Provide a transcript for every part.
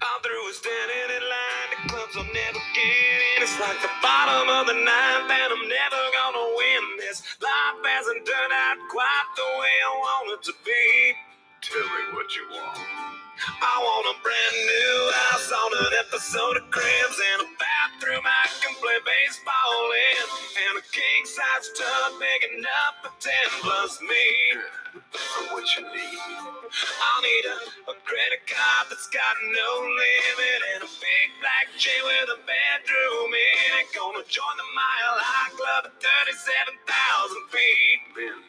I'm through with standing in line. The clubs I'll never get in. It's like the bottom of the ninth, and I'm never gonna win this. Life hasn't turned out quite the way I want it to be. Tell me what you want. I want a brand new house on an episode of Cribs and a bathroom I can play baseball in, and a king size tub big enough for ten plus me. For what you need. I'll need a, a credit card that's got no limit and a big black chain with a bedroom in it. Gonna join the Mile High Club at 37,000 feet. Been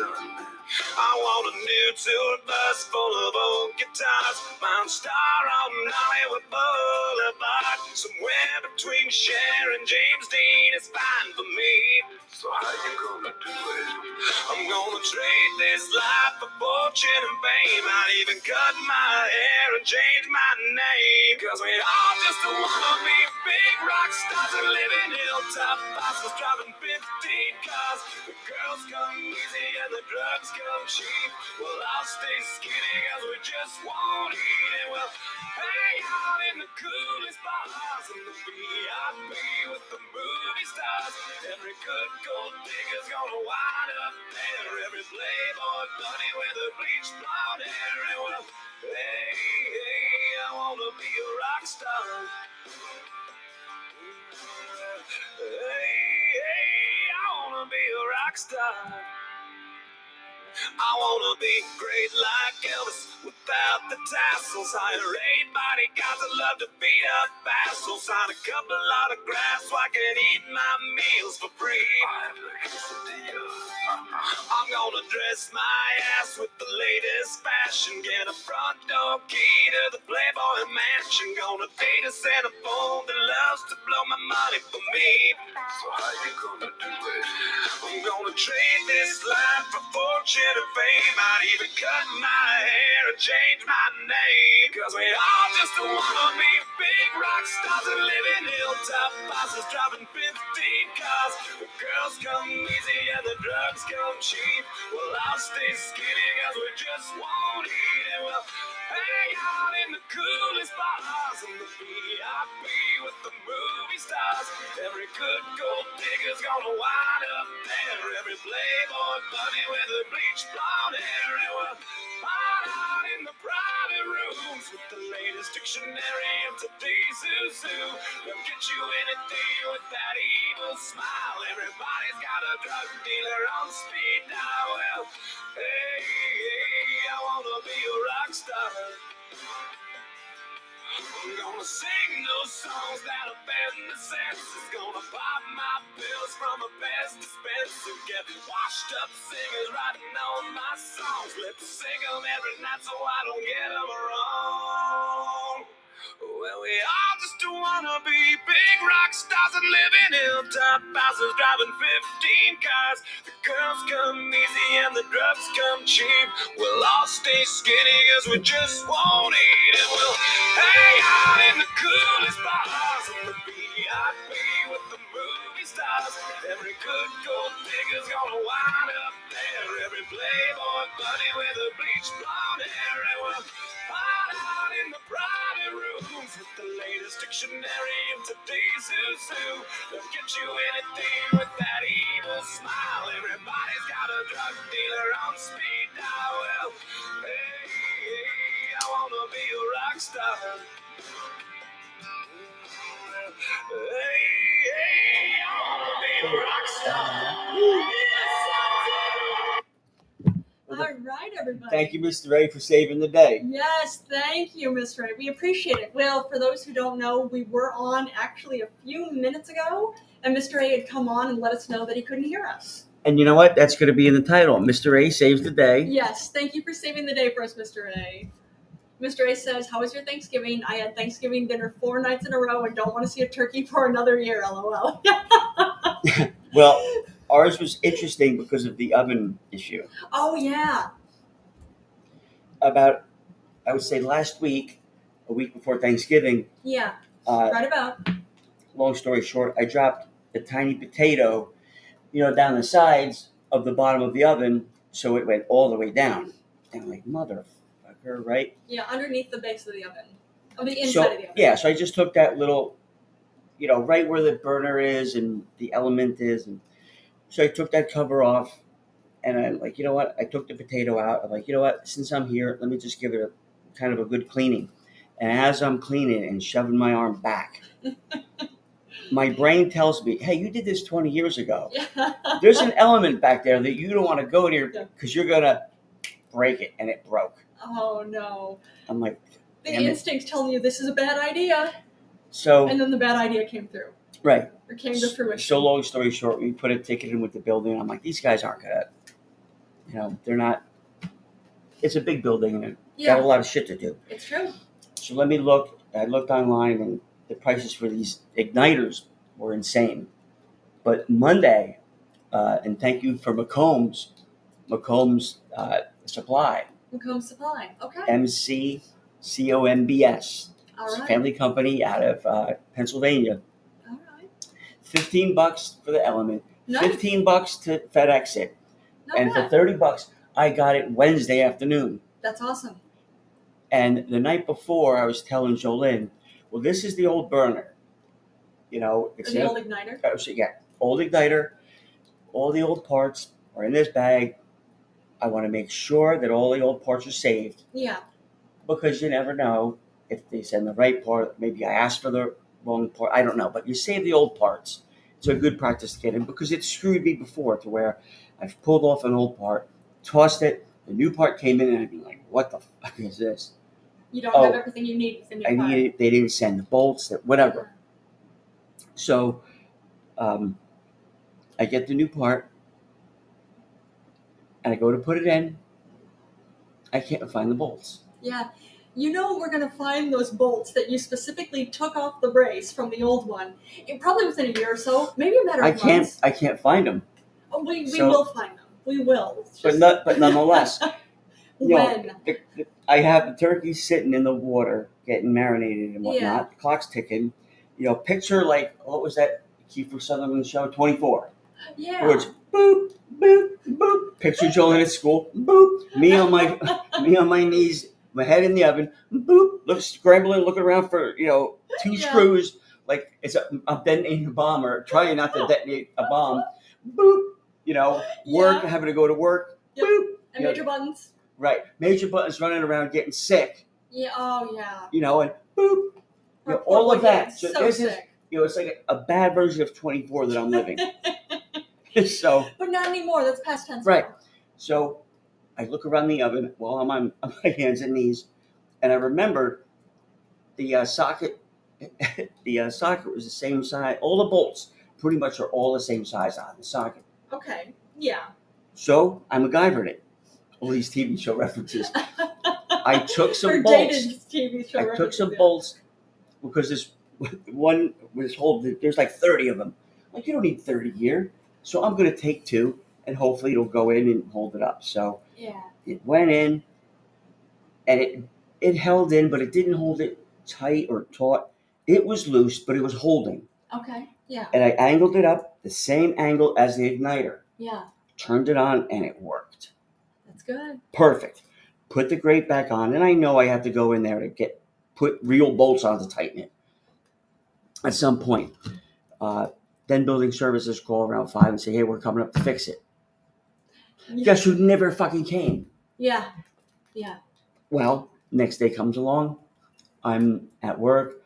done. I want a new tour bus full of old guitars. Mount Star on Hollywood Boulevard. Somewhere between Cher and James Dean is fine for me. So how you gonna do it? I'm gonna trade this life for fortune and fame. I'd even cut my hair and change my name. Cause we all just wanna be big rock stars and live in hilltop bosses driving 15 cars. The girls come easy and the drugs come cheap. Well, I'll stay skinny cause we just won't eat and we'll hang out in the coolest bars and the VIP with the movie stars. Every good gold digger's gonna wind up there. Every playboy bunny with a bleached blonde hair and we'll hey, hey, I wanna be a rock star. Hey, hey, I wanna be a rock star. I wanna be great like Elvis without the tassels. Hire eight bodyguards that love to beat up assholes. Sign a couple autographs so I can eat my meals for free. I have a quesadilla. I'm gonna dress my ass with the latest fashion. Get a front door key to the Playboy Mansion. Gonna date a Santa phone that loves to blow my money for me. So how you gonna do it? I'm gonna trade this life for fortune and fame. I'd even cut my hair and change my name. Cause we all just wanna be big rock stars and live in hilltop bosses driving 15 cars. The girls come easy and the drugs come cheap. Well, I'll stay skinny cause we just won't eat and we'll hang out in the coolest bars and the VIP with the movie stars. Every good gold digger's gonna wind up there. Every playboy bunny with the bleached blonde hair. And we'll hide out in the private rooms with the latest dictionary of today's who's who. They'll get you anything with that evil smile. Everybody's got a drug dealer on speed dial. Well, hey, hey, I wanna be a rock star. I'm gonna sing those songs that offend the senses. Gonna pop my pills from a best dispenser. Get washed up singers writing on my songs. Let's sing 'em every night so I don't get 'em wrong. Well, we all just wanna be big rock stars and live in hilltop houses driving 15 cars. The girls come easy and the drugs come cheap. We'll all stay skinny cause we just won't eat and we'll hang out in the coolest bars and the VIP with the movie stars. Every good gold digger's gonna wind up there. Every playboy bunny with a bleached blonde hair and we'll hide out in the private rooms with the latest dictionary of today's who's who. They'll get you anything with that evil smile. Everybody's got a drug dealer on speed dial. Well, hey, hey, I wanna be a rock star. Hey, hey, I wanna be a rock star. Yes, I do. All right, everybody. Thank you, Mr. Ray, for saving the day. Yes, thank you, Mr. Ray. We appreciate it. Well, for those who don't know, we were on actually a few minutes ago, and Mr. Ray had come on and let us know that he couldn't hear us. And you know what? That's going to be in the title. Mr. Ray saves the day. Yes, thank you for saving the day for us, Mr. Ray. Mr. A says, How was your Thanksgiving? I had Thanksgiving dinner four nights in a row and don't want to see a turkey for another year, lol. well, ours was interesting because of the oven issue. Oh, yeah. About, I would say last week, a week before Thanksgiving. Yeah. Uh, right about. Long story short, I dropped a tiny potato, you know, down the sides of the bottom of the oven, so it went all the way down. And I'm like, motherfucker. her, right? Yeah, underneath the base of the oven. On the inside so, of the oven. Yeah, so I just took that little, you know, right where the burner is and the element is. And so I took that cover off and I like, you know what? I took the potato out. I'm like, you know what? Since I'm here, let me just give it a kind of a good cleaning. And as I'm cleaning and shoving my arm back, my brain tells me, hey, you did this 20 years ago. Yeah. There's an element back there that you don't want to go near Yeah. because you're going to break it. And it broke. oh no. I'm like, The Damn it. instinct's telling you this is a bad idea. so, And then the bad idea came through. right. Or came to So, fruition. long story short, we put a ticket in with the building. I'm like, these guys aren't going to, you know, they're not, it's a big building and got a yeah, lot of shit to do. it's true. So let me look. I looked online, and the prices for these igniters were insane. But Monday, uh, and thank you for McCombs, McCombs uh, Supply, Macomb Supply. Okay. M C C O M B S, All right. family company out of uh, Pennsylvania. All right. Fifteen bucks for the element, Nice. fifteen bucks to FedEx it, Not and for bad. thirty bucks, I got it Wednesday afternoon. That's awesome. And the night before, I was telling Jolene, "Well, this is the old burner. You know, Or it's the in a old igniter. Oh, so yeah, old igniter, all the old parts are in this bag. I want to make sure that all the old parts are saved Yeah. because you never know if they send the right part. Maybe I asked for the wrong part. I don't know, but you save the old parts. It's a good practice to get in because it screwed me before to where I've pulled off an old part, tossed it, the new part came in, and I'd be like, "What the fuck is this? You don't Oh, have everything you need within your I car. needed. They didn't send the bolts. That whatever." So um, I get the new part and I go to put it in. I can't find the bolts. Yeah. You know we're gonna find those bolts that you specifically took off the brace from the old one. It, probably within a year or so, maybe a matter I of can't. months. I can't find them. Oh, we, we So- will find them. We will. It's But just not. But nonetheless, you know, when. the, the, I have the turkey sitting in the water, getting marinated and whatnot. The clock's ticking. You know, picture like what was that Kiefer Sutherland show? Twenty four. Yeah. Words. Boop boop boop. Picture Jolene at school. Boop. Me on my me on my knees, my head in the oven. Boop. Look, scrambling, looking around for you know two Yeah. screws. Like it's a, I'm detonating a bomb or trying not to detonate a bomb. Boop. You know, work Yeah. having to go to work. Yep. Boop. And Yeah. major buttons. Right. Major buttons running around getting sick. Yeah. Oh yeah. You know, and boop. You know, Our poor all boy of that. gets So, so this is sick. you know, it's like a, a bad version of 24 that I'm living. so But not anymore. That's past tense. Right. now. so I look around the oven while I'm on, on my hands and knees, and I remember the uh, socket the uh, socket was the same size all the bolts pretty much are all the same size on the socket Okay. Yeah. so i MacGyvered it all these tv show references i took some Or bolts dated TV show i took references, some yeah. bolts because this one this whole there's like 30 of them like you don't need 30 here so i'm going to take two and hopefully it'll go in and hold it up so Yeah. it went in and it it held in but it didn't hold it tight or taut it was loose but it was holding Okay. Yeah. and I angled it up the same angle as the igniter. Yeah. Turned it on and it worked. That's good. Perfect. Put the grate back on, and I know I have to go in there to get put real bolts on to tighten it at some point. Uh, then building services call around five and say, "Hey, we're coming up to fix it." Yeah. Guess who never fucking came? Yeah. Yeah. Well, next day comes along. I'm at work,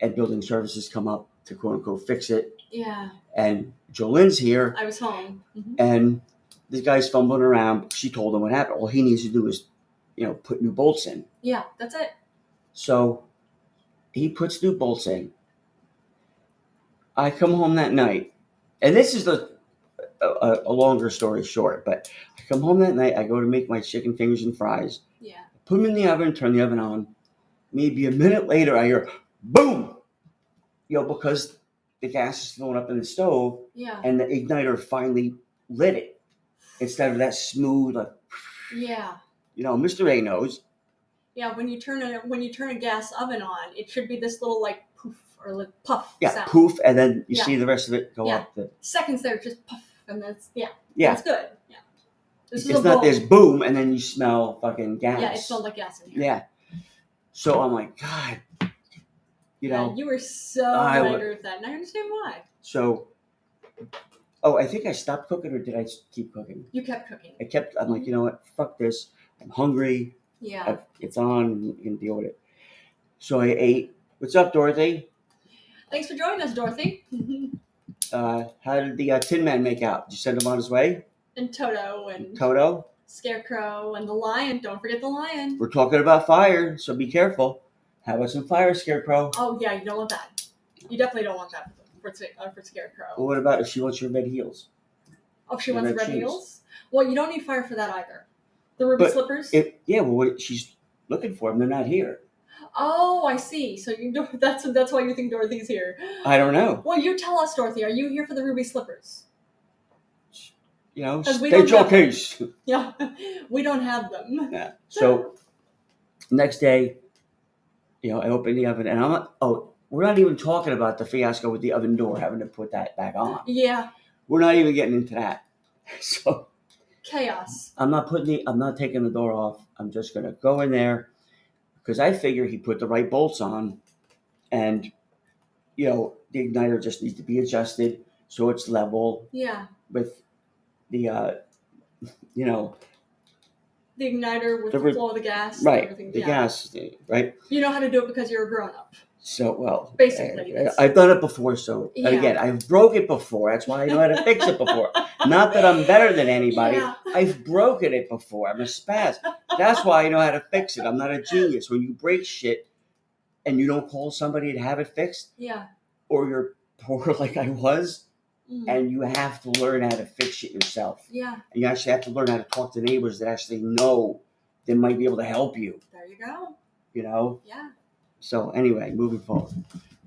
and building services come up to quote unquote fix it, Yeah. and Jolene's here. I was home. hmm and this guy's fumbling around. She told him what happened. All he needs to do is, you know, put new bolts in. Yeah. That's it. So he puts new bolts in. I come home that night, and this is the a, a a longer story short, but I come home that night. I go to make my chicken fingers and fries. Yeah. Put them in the oven. Turn the oven on. Maybe a minute later, I hear boom. You know, because the gas is going up in the stove, Yeah. and the igniter finally lit it instead of that smooth like Yeah. you know, Mr. A knows. Yeah, when you turn a when you turn a gas oven on, it should be this little like poof or like puff Yeah, sound. poof, and then you Yeah. see the rest of it go Yeah. up. The, Seconds there, just puff, and that's yeah, yeah. that's good. Yeah, This is it's a not bolt. this boom and then you smell fucking gas. Yeah, it smelled like gas in here. Yeah. So I'm like, God, you know. Yeah, you were so I angry would- with that, and I understand why. So, oh, I think I stopped cooking or did I s- keep cooking? You kept cooking. I kept. I'm like, you know what? Fuck this. I'm hungry. Yeah. I've, it's on. and You can deal with it. So I ate. What's up, Dorothy? Thanks for joining us, Dorothy. Uh, how did the uh, Tin Man make out? Did you send him on his way? and Toto and Toto, Scarecrow and the lion. Don't forget the lion. we're talking about fire, so be careful. Have us some fire, Scarecrow. Oh yeah, you don't want that. You definitely don't want that for, for, uh, for Scarecrow. Well, what about if she wants your red heels? Oh, if she the wants the red red shoes. heels. Well, you don't need fire for that either. The ruby But slippers. It, yeah, well, what, she's looking for them. They're not here. oh, I see. So you that's that's why you think Dorothy's here. I don't know. Well, you tell us, Dorothy. Are you here for the ruby slippers? You know, 'Cause we state don't your know. case. Yeah, we don't have them. Yeah. So next day, you know, I open the oven and I'm not, oh, we're not even talking about the fiasco with the oven door having to put that back on. yeah, We're not even getting into that. So chaos. I'm not putting the, I'm not taking the door off. I'm just gonna go in there because I figure he put the right bolts on, and you know the igniter just needs to be adjusted so it's level Yeah, with the, uh, you know, the igniter with The the, re- flow of the gas. and right everything. the yeah. gas, right? You know how to do it because you're a grown up. So well, Basically, I, it's- have done it before. So Yeah. and again, I've broke it before. That's why I know how to fix it before. Not that I'm better than anybody. Yeah. I've broken it before. I'm a spaz. That's why I know how to fix it. I'm not a genius. When you break shit and you don't call somebody to have it fixed, Yeah. or you're poor like I was, Mm. and you have to learn how to fix it yourself. yeah. And you actually have to learn how to talk to neighbors that actually know that might be able to help you. There you go. You know. Yeah. So anyway, moving forward.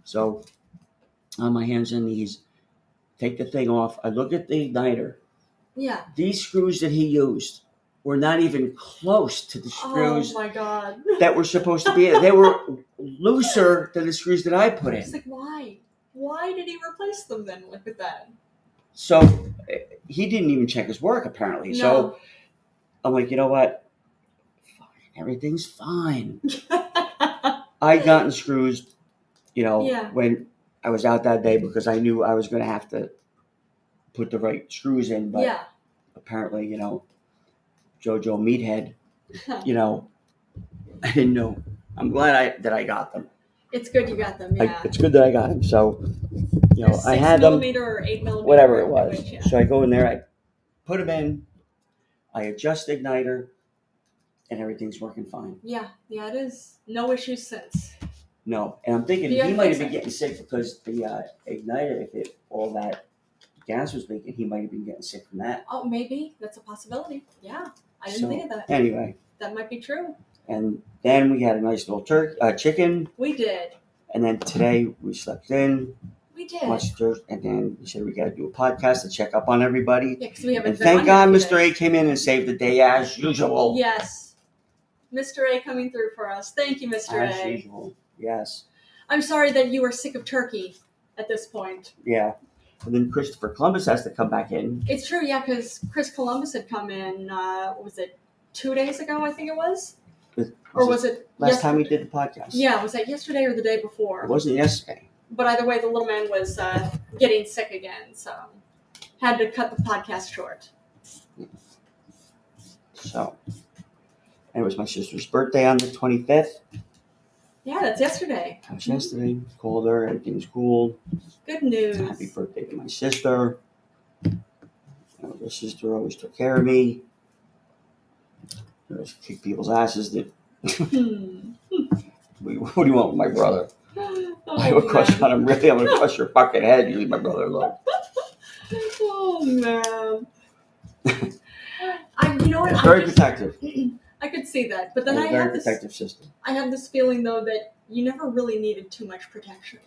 So on my hands and knees, take the thing off. I look at the igniter. Yeah. These screws that he used were not even close to the screws Oh my god. that were supposed to be. in. They were looser than the screws that I put It's in. like why? Why did he replace them then? Like with that? So uh, he didn't even check his work apparently. So I'm like, you know what? Fine, everything's fine. No. I gotten screws, you know, Yeah. when I was out that day because I knew I was going to have to put the right screws in. But yeah. apparently, you know, JoJo Meathead, you know, I didn't know. I'm glad I that I got them. It's good you got them. I- Yeah. it's good that I got them. So, you know, They're I six had them, millimeter or eight millimeter. whatever it I was. think, yeah. So I go in there, I put them in, I adjust the igniter, and everything's working fine. yeah. Yeah. It is. No issues since. No, and I'm thinking Yeah, he might have that's been it. getting sick because the uh, igniter, if it all that gas was leaking, he might have been getting sick from that. Oh, maybe that's a possibility. Yeah. I didn't So- think of that. Anyway, That might be true. and then we had a nice little turkey, uh, chicken, We did. and then today we slept in, We did. watched dirt, and then we said we got to do a podcast to check up on everybody. Yeah, because we haven't. And been thank God, on here for Mr. this. A came in and saved the day as usual. Yes. Mr. A coming through for us. Thank you, Mr. As A. usual, yes, I'm sorry that you are sick of turkey at this point. yeah. And then Christopher Columbus has to come back in. It's true, yeah, because Chris Columbus had come in, uh, what was it two days ago, I think it was? Was- Or was was it Last yes- time we did the podcast, Yeah, was that yesterday or the day it before? wasn't yesterday. But either way, the little man was uh, getting sick again, so had to cut the podcast short. So, and it was my sister's birthday on the 25th. Yeah, that's yesterday. That was yesterday. Called her. Everything's cool. Good news. Happy birthday to my sister. You know, my sister always took care of me. I always kicked people's asses. That Hmm. we, what do you want with my brother? I Oh, would crush man. on him. Really, I'm gonna crush your fucking head. You leave my brother alone. Oh, man. I, you know what? I Very just- protective. I could see that, but then I very have this. protective sister. I have this feeling though that you never really needed too much protection.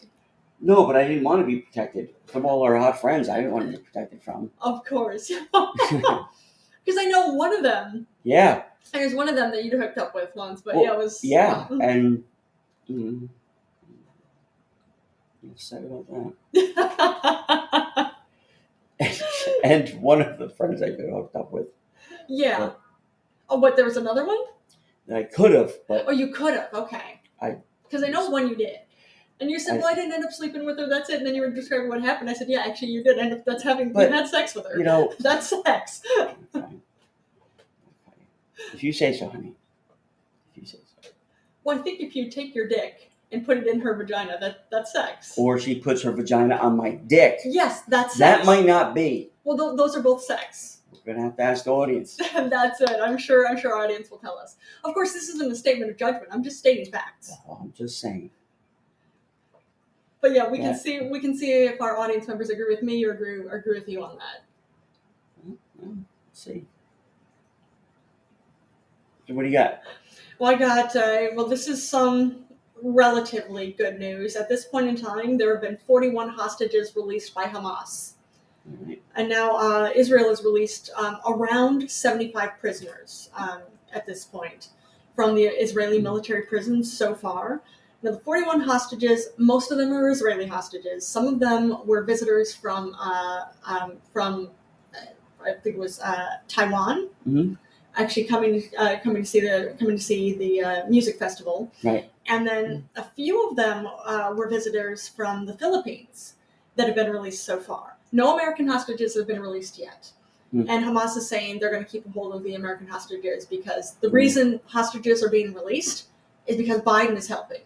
No, but I didn't want to be protected from all our hot friends. I didn't want to be protected from. Of course, because I know one of them. yeah, There's one of them that you hooked up with once, but Well, yeah, it was Yeah, and mm, I'm upset about that. And one of the friends I got hooked up with, Yeah. But- oh, what? There was another one? And I could have, but Oh, you could have. Okay. I- Because I know one you did. And you said, I- well, I didn't end up sleeping with her. That's it. And then you were describing what happened. I said, yeah, actually, you did end up. That's having But, you had sex with her. you know, that's sex. if you say so, honey. If you say so. Well, I think if you take your dick and put it in her vagina, that that's sex. Or she puts her vagina on my dick. yes, that's That sex. might not be. Well, th- those are both sex. We're gonna have to ask the audience. that's it. I'm sure. I'm sure our audience will tell us. Of course, this isn't a statement of judgment. I'm just stating facts. Oh, I'm just saying. But yeah, we Yeah. can see we can see if our audience members agree with me or agree or agree with you on that. Let's see. So what do you got? Well, I got uh, well. This is some relatively good news. At this point in time, there have been 41 hostages released by Hamas, All right. and now uh, Israel has released um, around 75 prisoners um, at this point from the Israeli military prisons so far. Now, the 41 hostages, most of them are Israeli hostages. Some of them were visitors from uh, um, from uh, I think it was uh, Taiwan. Mhm. Actually, coming uh, coming to see the coming to see the uh, music festival, Right. And then a few of them uh, were visitors from the Philippines that have been released so far. No American hostages have been released yet. Mm. And Hamas is saying they're going to keep a hold of the American hostages because the Mm. reason hostages are being released is because Biden is helping.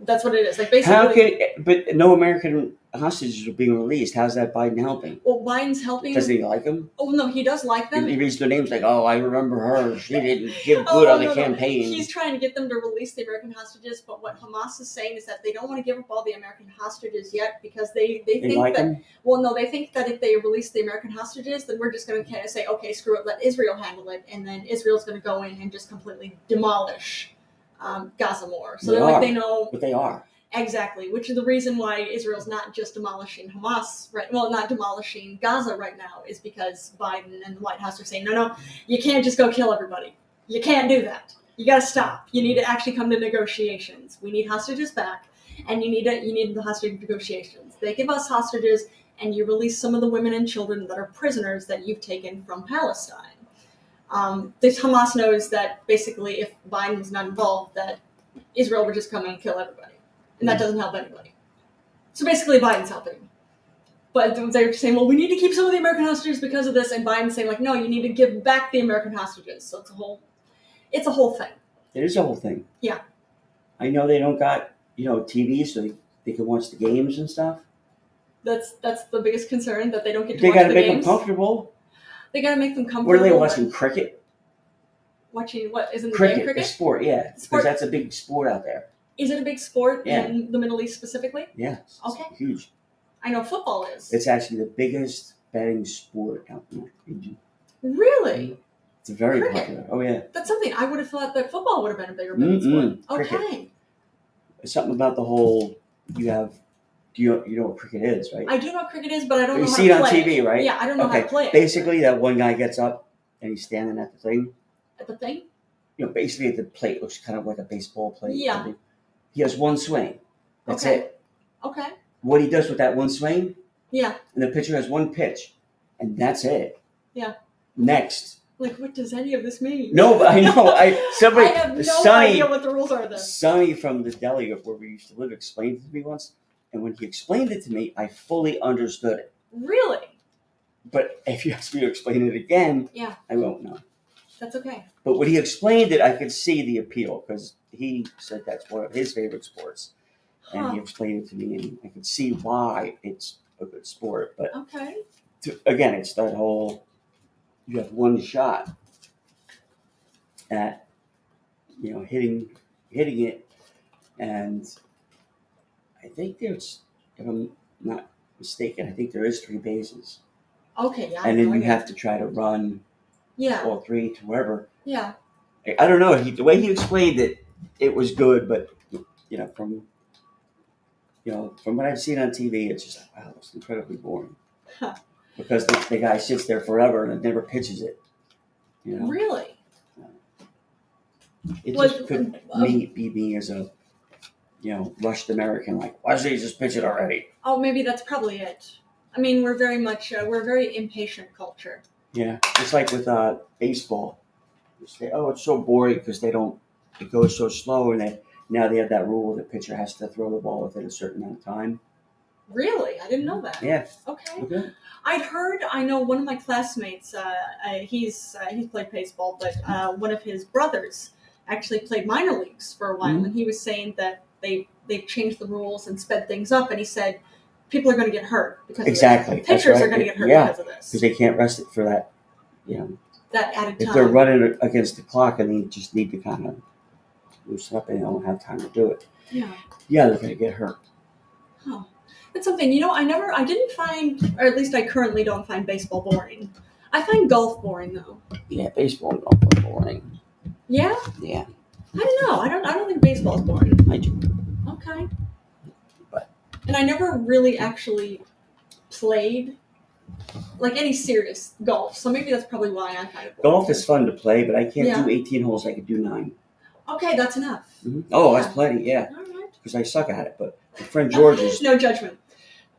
That's what it is. Like basically, How can? But no American hostages are being released. How's that Biden helping? well, Biden's helping. Doesn't he like them? oh no, he does like He them. he reads their names like, oh, I remember her. She didn't give good Oh, on the no, no. campaign. He's trying to get them to release the American hostages, but what Hamas is saying is that they don't want to give up all the American hostages yet because they, they They think like that him. well no, they think that if they release the American hostages, then we're just going to kind of say okay, screw it, let Israel handle it, and then Israel's going to go in and just completely demolish um, Gaza more. So They they're like are. they know But they are. exactly, which is the reason why Israel's not just demolishing Hamas right, well, not demolishing Gaza right now is because Biden and the White House are saying no, no, you can't just go kill everybody. You can't do that. You got to stop. You need to actually come to negotiations. We need hostages back, and you need to, you need the hostage negotiations. They give us hostages, and you release some of the women and children that are prisoners that you've taken from Palestine. Um, this Hamas knows that basically, if Biden was not involved, that Israel would just come and kill everybody, and that doesn't help anybody. So basically, Biden's helping. But they're saying, well, we need to keep some of the American hostages because of this, and Biden's saying, like, no, you need to give back the American hostages. So it's a whole, it's a whole thing. It is a whole thing. Yeah. I know they don't got you know TV, so they, they can watch the games and stuff. That's that's the biggest concern that they don't get to They watch got to the make games. them comfortable. They gotta make them comfortable. What are they watching? Cricket. Watching what? Isn't the game Cricket. The cricket? sport. Yeah. Sport. Because that's a big sport out there. Is it a big sport Yeah. in the Middle East specifically? Yeah. it's Okay. Huge. I know football is. It's actually the biggest betting sport out in that region. really? It's very Cricket. popular. Oh yeah. That's something I would have thought that football would have been a bigger big sport. Mm-mm, Okay. cricket. It's something about the whole. You have. Do you you know what cricket is, right? I do know what cricket is, but I don't you know see it how on to play TV, right? Yeah, I don't know how Okay, to play it. Basically, that one guy gets up and he's standing at the thing. At the thing? you know, basically the plate looks kind of like a baseball plate. Yeah. I mean, He has one swing. That's Okay. it. Okay. What he does with that one swing, Yeah. and the pitcher has one pitch, and that's it. Yeah. Next. Like, what does any of this mean? No, but I know. I somebody I have no Sonny idea what the rules are then. Sonny from the deli where we used to live explained it to me once, and when he explained it to me, I fully understood it. Really? But if you ask me to explain it again, Yeah. I won't know. That's okay. But when he explained it, I could see the appeal because he said that's one of his favorite sports. and he Huh. explained it to me, and I could see why it's a good sport. But Okay. to, again, it's that whole you have one shot at you know hitting hitting it, and I think there's if I'm not mistaken, I think there is three bases, Okay, yeah. I and then know you it. have to try to run Yeah, all three to wherever. yeah. I, I don't know. He, the way he explained it, it was good, but you know from. You know, from what I've seen on TV, it's just like, wow, that's incredibly boring. Huh. because the, the guy sits there forever and never pitches it. You know, Really? it Well, just could um, me be me as a you know rushed American like why doesn't he just pitch it already? Oh, maybe that's probably it. I mean, we're very much uh, we're a very impatient culture. Yeah, it's like with uh, baseball. You say, "Oh, it's so boring because they don't. It goes so slow, and they now they have that rule the pitcher has to throw the ball within a certain amount of time." Really? I didn't know that. Yeah. Okay. Okay. I'd heard. I know one of my classmates. Uh, uh, he's uh, he's played baseball, but uh, one of his brothers actually played minor leagues for a while, Mhm. and he was saying that they they've changed the rules and sped things up, and he said people are going to get hurt because Exactly. of this. That's pitchers are right. going to get hurt Yeah. because of Because this. they can't rest it for that. You know, That added if they're time. running against the clock and they just need to kind of loosen up and they don't have time to do it, yeah. yeah, they're going to get hurt. Oh, that's something. You know, I never, I didn't find, or at least I currently don't find baseball boring. I find golf boring though. Yeah, baseball is awful boring. Yeah, Yeah, I don't know. I don't. I don't think baseball's boring. I do. Okay. But- And I never really actually played like any serious golf, so maybe that's probably why I find it boring. Golf is fun to play, but I can't Yeah. do 18 holes. I could do 9 okay. That's enough. Mhm. Oh, that's plenty. Yeah, All right. because I suck at it. But my friend George is no judgment.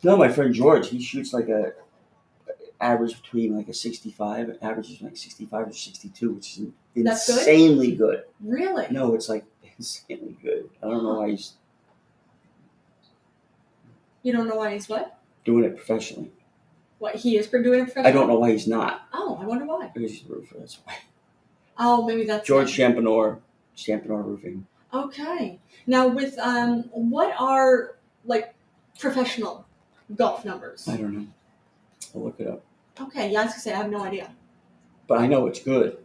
No, my friend George, he shoots like a average between like a 65, average is like 65 or 62, which is That's good? insanely good. Really? No, it's like insanely good. I don't know why he's You don't know why he's what? doing it professionally. What he is for doing it for? I don't know why he's not. Oh, I wonder why. Maybe he's a roofer, that's why. Oh, maybe that's George it. Champenour, Champenour Roofing. Okay. Now, with um, what are like professional golf numbers? I don't know. I'll look it up. Okay. Yeah, I was gonna say I have no idea. But I know it's good.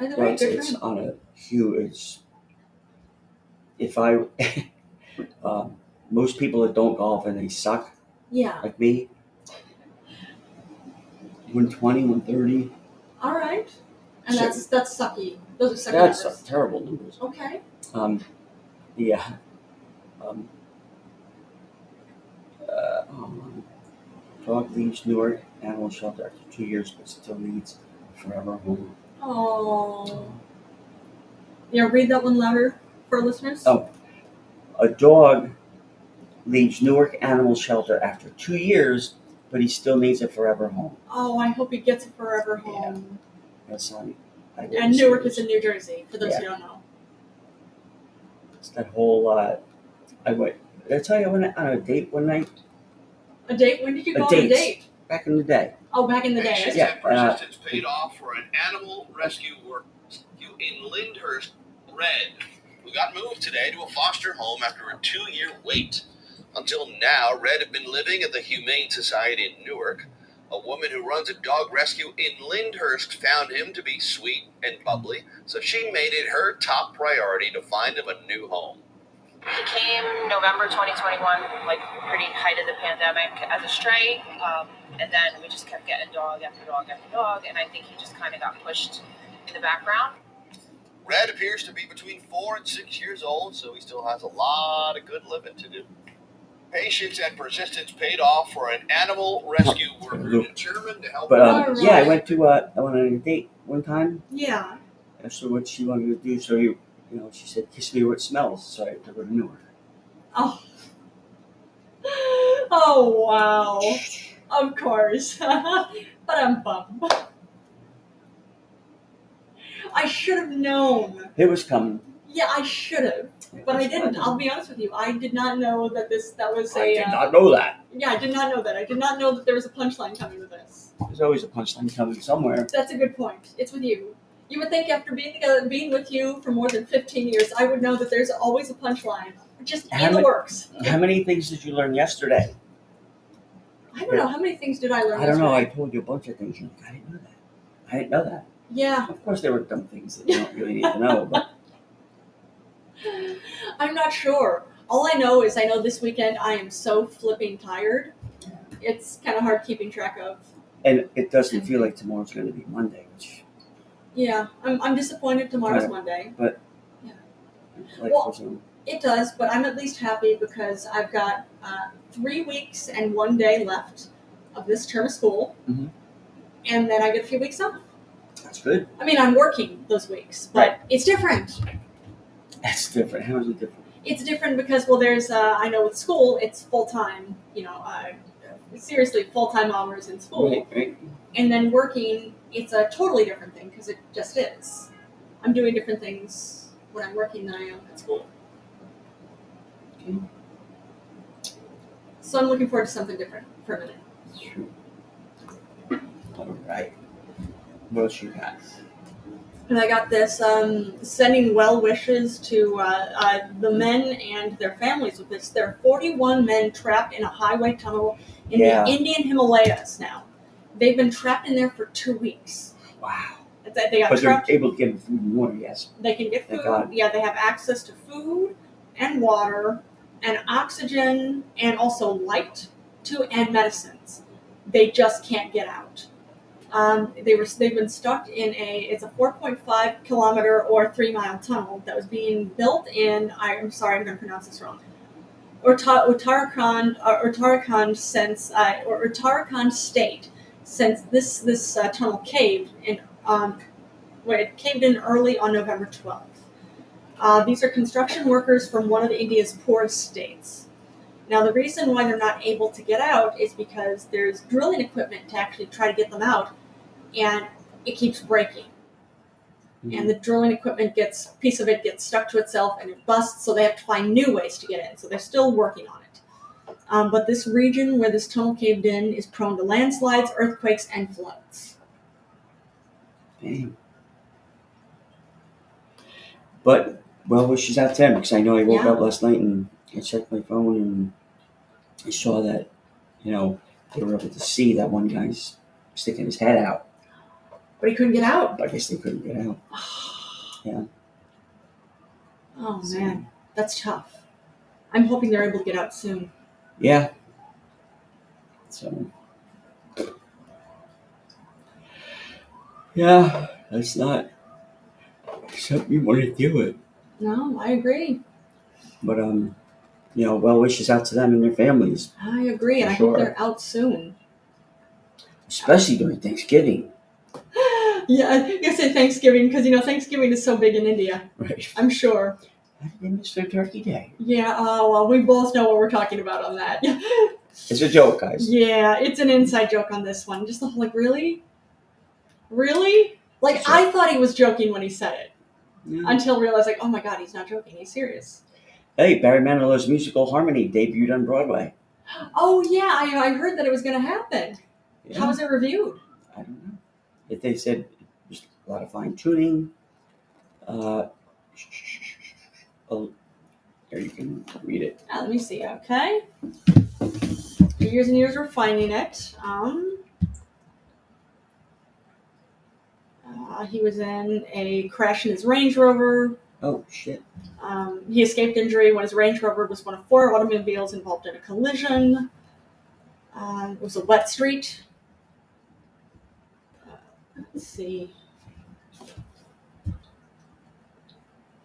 Either Well, way, it's, good it's for him. on a huge. It's, if I, um, most people that don't golf and they suck, Yeah. like me 120 130 All right. And Sure. that's that's sucky. Those are sucky that's numbers. terrible numbers Okay. um yeah um uh, um, dog leaves newark animal shelter after two years but still needs forever home Oh. Yeah. Read that one louder for listeners. Oh. a dog leaves newark animal shelter after two years but he still needs a forever home Oh, I hope he gets a forever Yeah. home. that's not I And wouldn't say Newark it's- is in New Jersey. For those Yeah. who don't know. it's that whole uh i went did i tell you i went on a date one night A date? When did you A go on a date. date? back in the day. Oh, back in the day. Patience Yeah, and uh, persistence paid off for an animal rescue rescue in Lyndhurst, Red, who got moved today to a foster home after a two-year wait. Until now, Red had been living at the Humane Society in Newark. A woman who runs a dog rescue in Lyndhurst found him to be sweet and bubbly, so she made it her top priority to find him a new home. He came November 2021, like pretty height of the pandemic as a stray. Um, and then we just kept getting dog after dog after dog. And I think he just kind of got pushed in the background. Red appears to be between four and six years old, so he still has a lot of good living to do. Patience and persistence paid off for an animal rescue worker determined to help. But um, Alright. yeah, I went to uh, I went on a date one time. Yeah. And so what she wanted to do, so you you know, she said, "Kiss me where it smells." So I took her to Newark. Oh. Oh wow. Of course. but I'm bummed. I should have known. It was coming, Yeah, I should have. But I didn't. I'll be honest with you. I did not know that this that was I a did uh, not know that. Yeah, I did not know that. I did not know that there was a punchline coming with this. There's always a punchline coming somewhere. That's a good point. It's with you. You would think after being together being with you for more than 15 years, I would know that there's always a punchline. Just How in the many- works. How many things did you learn yesterday? I don't know how many things did I learn I don't know. I yesterday? told you a bunch of things. You're like, I didn't know that. I didn't know that. Yeah. Of course, there were dumb things that you don't really need to know. But I'm not sure. All I know is I know this weekend I am so flipping tired. It's kind of hard keeping track of. and it doesn't feel like tomorrow's going to be Monday, which Yeah, I'm, I'm disappointed tomorrow's Right. Monday. like Well- wasn't- It does, but I'm at least happy because I've got uh, three weeks and one day left of this term of school. Mhm. And then I get a few weeks off. that's good. I mean, I'm working those weeks, but it's different. That's different. How is it different? It's different because, well, there's, uh, I know with school, it's full time, you know, uh, seriously full time hours in school, Right, right. and then working, it's a totally different thing because it just is. I'm doing different things when I'm working than I am at school. Okay. So I'm looking forward to something different for a minute. Sure. All right. What else you got? And I got this um, sending well wishes to uh, uh, the men and their families with this. There are 41 men trapped in a highway tunnel in Yeah. the Indian Himalayas now. They've been trapped in there for two weeks. Wow. It's that They got But they're trapped. able to get them through the water, yes. They can get Thank food. God. Yeah, they have access to food and water and oxygen and also light too and medicines. They just can't get out. Um, they were they've been stuck in a it's a 4.5 kilometer or three mile tunnel that was being built in I'm sorry I'm going to pronounce this wrong. Urta- Uttarakhand uh, Uttarakhand since uh, or Uttarakhand state since this this uh, tunnel caved in um, where it caved in early on November 12th. Uh, these are construction workers from one of India's poorest states. Now, the reason why they're not able to get out is because there's drilling equipment to actually try to get them out, and it keeps breaking. And the drilling equipment gets piece of it gets stuck to itself and it busts, so they have to find new ways to get in. So they're still working on it. Um, but this region where this tunnel caved in is prone to landslides, earthquakes, and floods. Damn. But well wishes out to them because I know I woke Yeah. up last night and I checked my phone and I saw that, you know, they were able to see that one guy's sticking his head out. But he couldn't get out. I guess they couldn't get out. Oh So- man, that's tough. I'm hoping they're able to get out soon. Yeah. So. Yeah, that's not something you want to deal with. No, I agree. But um, you know, well wishes out to them and their families, I agree, and I Sure. hope they're out soon. especially during Thanksgiving. yeah, I think I say Thanksgiving because you know Thanksgiving is so big in India. Right. I'm sure. How did they miss their turkey day? Yeah. Oh well, we both know what we're talking about on that. It's a joke, guys. yeah, it's an inside joke on this one. Just the whole, like really, really. Like Sure. Mm-hmm. I thought he was joking when he said it Yeah. until realized like, oh my god, he's not joking. He's serious. Hey, Barry Manilow's musical Harmony debuted on Broadway. Oh yeah, I, I heard that it was going to happen. How was it reviewed? I don't know. If they said just a lot of fine tuning, uh, oh, there you can read it. Uh, let me see. Okay. For years and years refining it. Um, uh, he was in a crash in his Range Rover. Oh shit! Um, he escaped injury when his Range Rover was one of four automobiles involved in a collision. Uh, it was a wet street. Uh, let's see.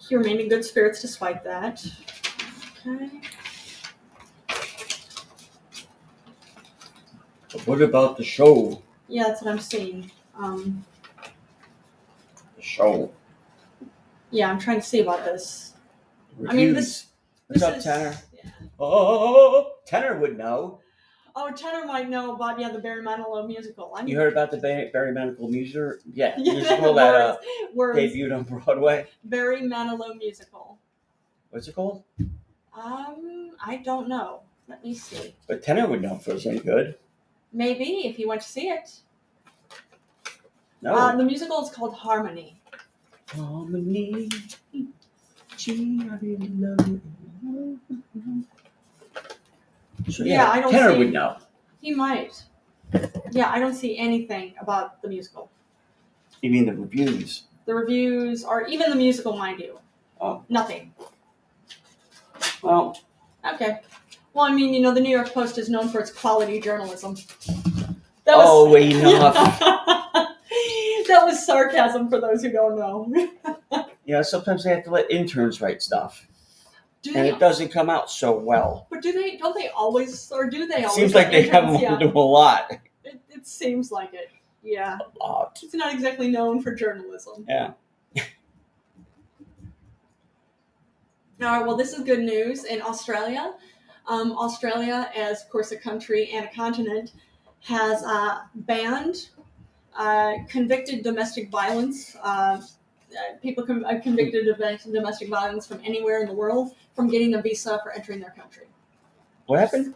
He remained in good spirits despite that. Okay. But what about the show? Yeah, that's what I'm seeing. Um, The show. yeah, I'm trying to see about this. Reviews. I mean, this- What's this up, is- Tanner? yeah. Oh, Tanner would know. Oh, Tanner might know about yeah the Barry Manilow musical. I You heard about the Ba- Barry Manilow music? Yeah, yeah, musical that uh, words, words. debuted on Broadway. Barry Manilow musical. What's it called? Um, I don't know. Let me see. But Tanner would know if it was any good. Maybe if you went to see it. No. Uh, the musical is called Harmony. Harmony. Gee, I really love you. So, Yeah, I don't Tanner see- would know. He might. Yeah, I don't see anything about the musical. You mean the reviews? The reviews or even the musical, mind you. Oh. Nothing. Well, Okay. Well, I mean, you know, the New York Post is known for its quality journalism. That was- oh, wait, enough. that was sarcasm for those who don't know. you know, sometimes they have to let interns write stuff, Do and they? it doesn't come out so well. But do they? Don't they always? Or do they It always? seems like they have interns? them Yeah, do a lot. it, it seems like it. Yeah, A lot. it's not exactly known for journalism. Yeah. All right. Well, this is good news in Australia. Um, Australia, as of course a country and a continent, has uh, banned uh, convicted domestic violence. Uh, uh, people com- uh, convicted of uh, domestic violence from anywhere in the world from getting a visa for entering their country. What happened?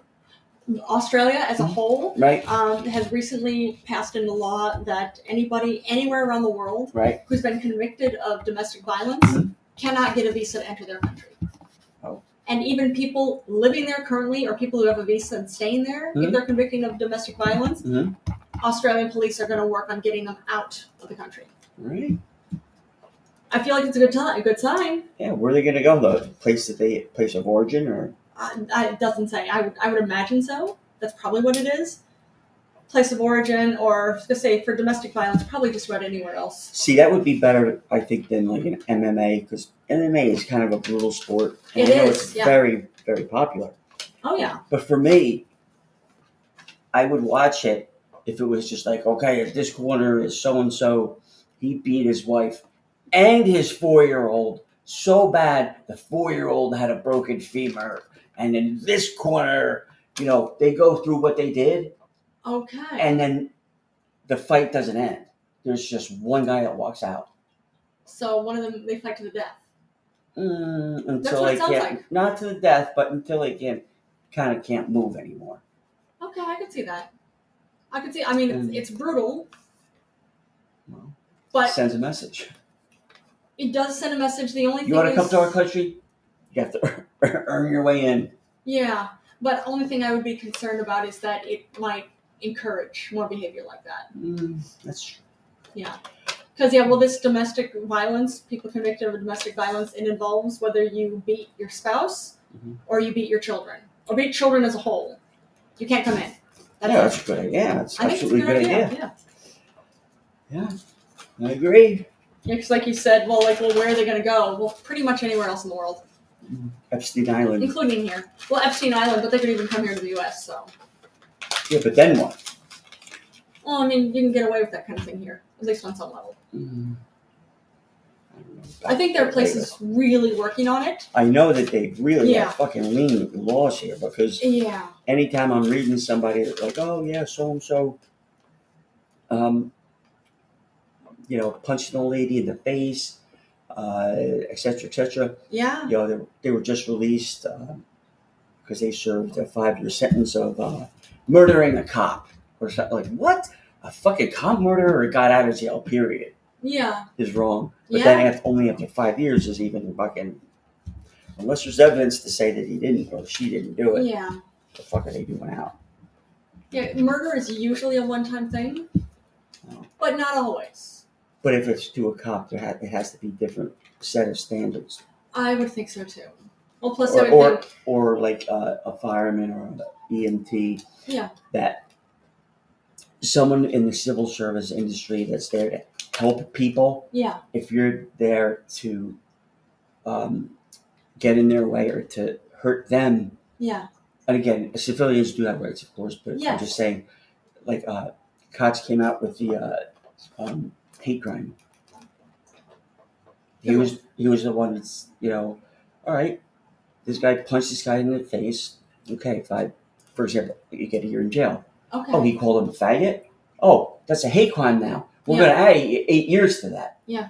Australia, as a whole, Right, um, has recently passed into law that anybody anywhere around the world right. who's been convicted of domestic violence cannot get a visa to enter their country. Mm-hmm. Oh. And even people living there currently, or people who have a visa and staying there, Mhm. if they're convicted of domestic violence, Mhm. Australian police are going to work on getting them out of the country. Right. I feel like it's a good time. A good sign. Yeah, where are they going to go though? Place that they place of origin or I, I, it doesn't say. I would, I would imagine so. That's probably what it is. Place of origin, or to say for domestic violence, probably just read anywhere else. see that would be better, I think, than like an MMA because MMA is kind of a brutal sport. And It I know is, It's yeah. very very popular. Oh yeah, But for me, I would watch it if it was just like, okay, at this corner is so and so, he beat his wife and his four year old so bad, the four year old had a broken femur. And in this corner, you know, they go through what they did okay. and then the fight doesn't end. There's just one guy that walks out. so one of them they fight to the death. Mm, until what it they sounds can't, like. not to the death, but until they can't, kind of can't move anymore. Okay, I could see that. I could see. I mean, Mm. it's, it's brutal, Well, but sends a message. it does send a message. The only You thing want to come is- to our country? You have to earn your way in. yeah. But only thing I would be concerned about is that it might encourage more behavior like that. Mm, that's true. Because yeah, well, this domestic violence, people convicted of domestic violence, it involves whether you beat your spouse Mhm. or you beat your children or beat children as a whole. You can't come in. That's yeah, it. that's a good idea. That's I think it's a absolutely good, idea. idea. Yeah. I agree. Yeah, because like you said, well, like, well, where are they going to go? Well, pretty much anywhere else in the world, Epstein Island. including here. Well, Epstein Island, but they could even come here to the U.S. So, Yeah, but then what? well, I mean, you can get away with that kind of thing here, at least on some level. Mm. I don't know. Mm-hmm. I think there are places really working on it. I know that they really Yeah. are fucking lean with the laws here because Yeah. anytime I'm reading somebody that's like, oh yeah, so and so, um, you know, punching the lady in the face, uh, et cetera, et cetera. Yeah. you know, they, they were just released because they served a five-year sentence of uh, murdering a cop or something. Like what? A fucking cop murderer got out of jail. Period Yeah. is wrong. But then Yeah. after, only after five years is even fucking. Unless there's evidence to say that he didn't or she didn't do it, Yeah. the fuck are they doing out? Yeah, murder is usually a one-time thing, Oh. but not always. But if it's to a cop, there ha- it has to be different set of standards, I would think so too. Well, plus I or would or, think, or like uh, a, a fireman or an EMT. yeah, that someone in the civil service industry that's there to help people, yeah, if you're there to um, get in their way or to hurt them, yeah, and again, civilians do have rights, of course, but I'm Yes. just saying, like, uh, Koch came out with the uh, um, hate crime. He was he was the one that's you know, all right, this guy punched this guy in the face. Okay, if I, for example, you get a year in jail. okay, Oh, he called him a faggot? Oh, that's a hate crime now. We're Yeah. going to add eight, eight years to that. Yeah.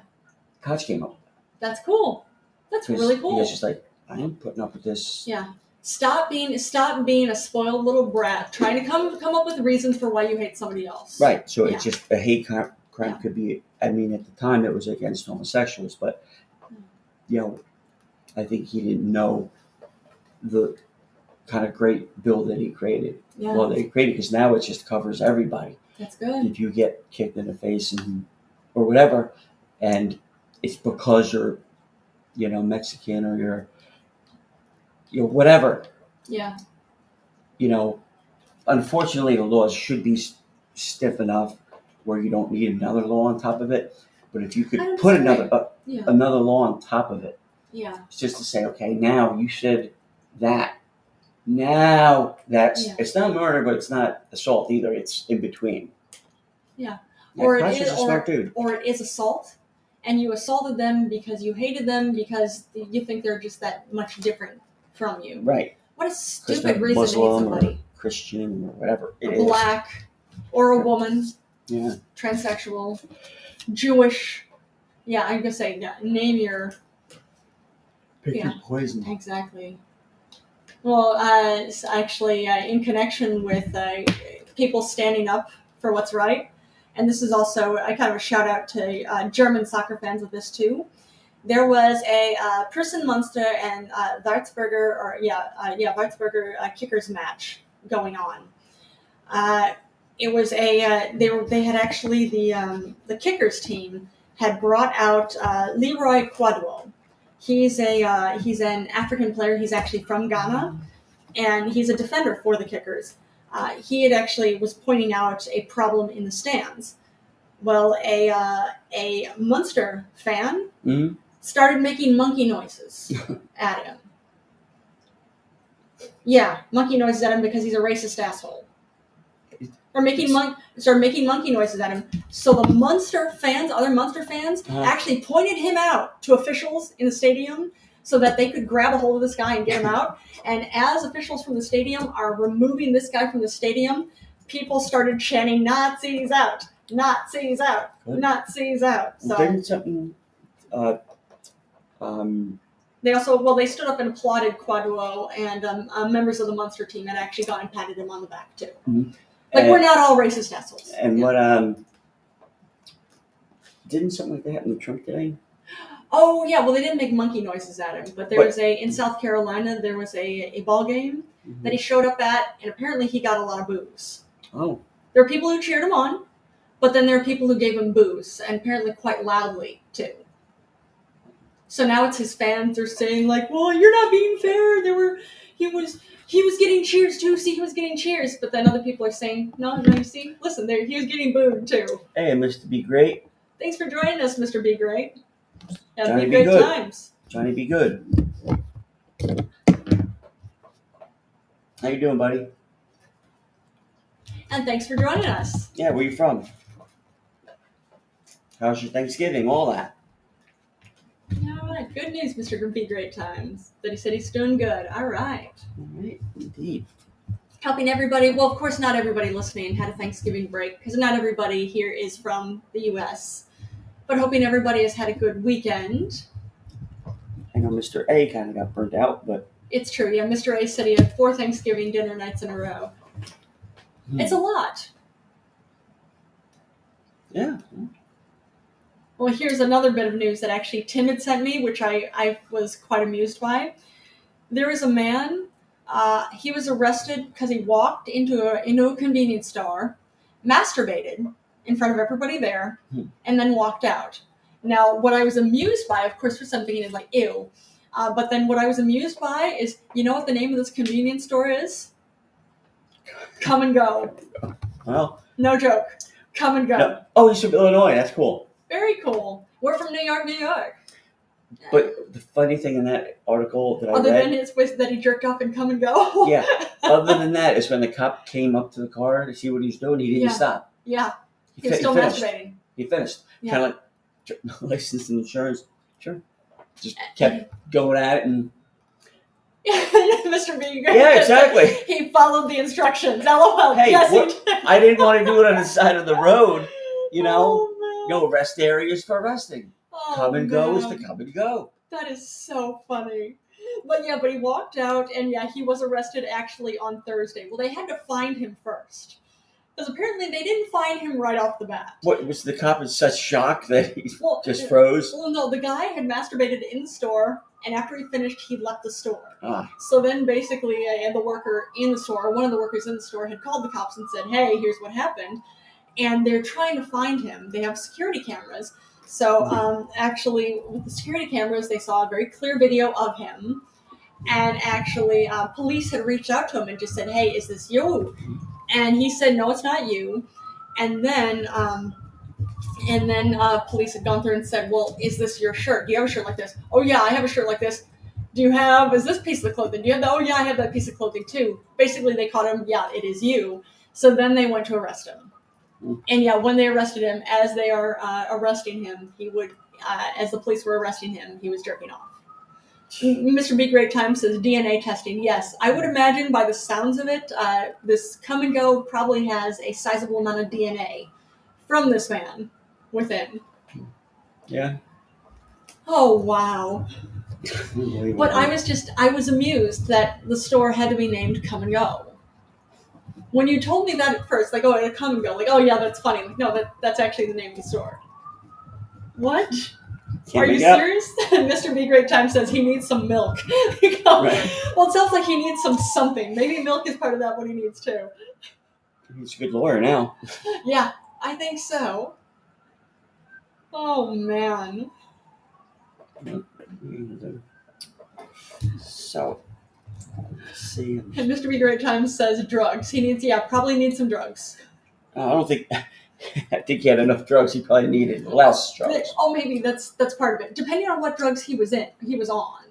Koch came up. that's cool. That's He's- really He cool. was just like, I am putting up with this. Yeah, stop being stop being a spoiled little brat trying to come come up with reasons for why you hate somebody else. Right. So Yeah. it's just a hate crime, crime Yeah. could be, I mean, at the time it was against homosexuals, but, Mm. you know, I think he didn't know the kind of great bill that he created. Yeah, Well, they created because now it just covers everybody. that's good. if you get kicked in the face and or whatever, and it's because you're, you know, Mexican or you're, you know, whatever, Yeah, you know, unfortunately, the laws should be s- stiff enough where you don't need another law on top of it. But if you could I don't put disagree. another uh, yeah, another law on top of it, yeah, it's just to say, okay, now you said that. Now that's Yeah. it's not murder, but it's not assault either. It's in between. Yeah. Or or it Kosh is- is a smart dude. or it is assault, and you assaulted them because you hated them because you think they're just that much different from you. Right. What a because stupid they're reason Muslim to hate or somebody. Christian or whatever it is. Black or a woman, Yeah, transsexual, Jewish. Yeah, I'm gonna say yeah. Name your pick Yeah. your poison. Exactly. Well, uh, it's actually, uh, in connection with uh, people standing up for what's right, and this is also I kind of a shout out to uh, German soccer fans of this too. There was a uh, Prison Munster and uh, Würzburger, or yeah, uh, yeah, Würzburger uh, kickers match going on. Uh, it was a uh, they were they had actually the um, the kickers team had brought out uh, Leroy Quadwo, He's a uh, he's an African player. He's actually from Ghana, and he's a defender for the Kickers. Uh, he had actually was pointing out a problem in the stands. Well, a uh, a Munster fan Mhm. started making monkey noises at him. Yeah, monkey noises at him because he's a racist asshole. Or making mon- started making monkey noises at him. So the Munster fans, other Munster fans, Uh-huh. actually pointed him out to officials in the stadium so that they could grab a hold of this guy and get him out. And as officials from the stadium are removing this guy from the stadium, people started chanting Nazis out, Nazis out, Good. Nazis out. So Didn't something? Uh, um, they also well they stood up and applauded Quadruo and um, uh, members of the Munster team had actually gone and patted him on the back too. Like and, we're not all racist assholes. and what? Um, didn't something like that happen to Trump today? Oh yeah, well they didn't make monkey noises at him, but there But- was a in South Carolina there was a, a ball game Mm-hmm. that he showed up at, and apparently he got a lot of boos. Oh, There are people who cheered him on, but then there are people who gave him boos, and apparently quite loudly too. So now it's his fans are saying like, "Well, you're not being fair." There were he was he was getting cheers too. See, he was getting cheers, but then other people are saying, "No, no, you see, listen, there he was getting booed too." hey, Mr. Be Great, Thanks for joining us, Mr. Be Great. Have Johnny been be great good. times. Johnny Be Good. How you doing, buddy? And thanks for joining us. Yeah, where you from? How's your Thanksgiving? All that. All right, good news, Mr. Grumpy Great Times. That he said he's doing good. All right. All right, indeed. Helping everybody. Well, of course, not everybody listening had a Thanksgiving break because not everybody here is from the U.S. But hoping everybody has had a good weekend. I know Mr. A kind of got burnt out, but It's true. Yeah, Mr. A said he had four Thanksgiving dinner nights in a row. Hmm. It's a lot. yeah, Well, here's another bit of news that actually Tim had sent me, which I, I was quite amused by. There is a man. Uh, he was arrested because he walked into a into a convenience store, masturbated in front of everybody there, Hmm. and then walked out. Now, what I was amused by, of course, for something is like ew, uh, but then what I was amused by is, you know what the name of this convenience store is? Come and go. well. No joke. Come and go. No. Oh, he's from Illinois. That's cool. Very cool. We're from New York, New York. But the funny thing in that article that I Other read, than his was that he jerked off and come and go. Yeah. other than that, is when the cop came up to the car to see what he was doing, he didn't Yeah. stop. yeah. He, He was fi- still finished. masturbating. He finished. Yeah. Kind of like tr- license and insurance. Sure. Uh, Just kept going at it, and Mr. Bean. yeah, exactly. He followed the instructions. LOL. Hey, yes, what- he did. I didn't want to do it on the side of the road. You know, Oh, man. no rest areas for resting. Oh, come and go is man. to come and go. That is so funny. But yeah, but he walked out, and yeah, he was arrested actually on Thursday. Well, they had to find him first. Because apparently they didn't find him right off the bat. What was the cop in such shock that he Well, uh, just froze? Well, no, the guy had masturbated in the store, and after he finished, he left the store. Ah. So then, basically, I had the worker in the store, or one of the workers in the store, had called the cops and said, "Hey, here's what happened," and they're trying to find him. They have security cameras. So um, actually, with the security cameras, they saw a very clear video of him. And actually, uh, police had reached out to him and just said, "Hey, is this you?" And he said, "No, it's not you." And then um, and then uh, police had gone through and said, "Well, is this your shirt? Do you have a shirt like this? Oh yeah, I have a shirt like this. Do you have? Is this piece of clothing? Do you have that? Oh yeah, I have that piece of clothing too." Basically, they caught him. Yeah, it is you. So then they went to arrest him. Mm. And yeah, when they arrested him, as they are uh, arresting him, he would, uh, as the police were arresting him, he was jerking off. Mr. B Great Time says DNA testing. Yes, I would imagine by the sounds of it, uh, this come and go probably has a sizable amount of DNA from this man within. Yeah. Oh wow! Unbelievable. But I was just I was amused that the store had to be named Come and Go. When you told me that at first, like oh it'll come and go, like oh yeah that's funny. Like no that that's actually the name of the store. What? Can't Are you make it up. serious? Mr. B Great Time says he needs some milk. You know? Right. Well, it sounds like he needs some something. Maybe milk is part of that. What he needs too. He's a good lawyer now. Yeah, I think so. Oh man. So, let's see. And Mr. B Great Time says drugs. He needs yeah probably needs some drugs. I don't think. I think he had enough drugs. He probably needed less drugs. Oh maybe that's that's part of it. Depending on what drugs he was in, he was on.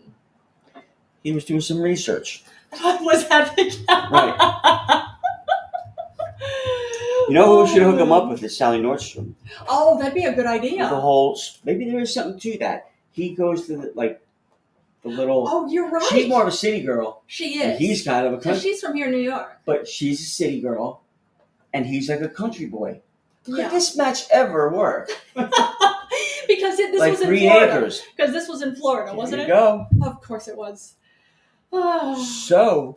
He was doing some research. was that the Right. You know who should hook him up with is Sally Nordstrom. Oh, that'd be a good The idea. whole maybe there is something to that. He goes to the like the little. Oh, you're right. She's more of a city girl, she and is. he's kind of a Because country. she's from here in New York. But she's a city girl, and he's like a country boy. Could Yeah. this match ever work? because it, this like was in Green Florida. Acres. Because this was in Florida, wasn't there it? you go. Of course it was. Oh, So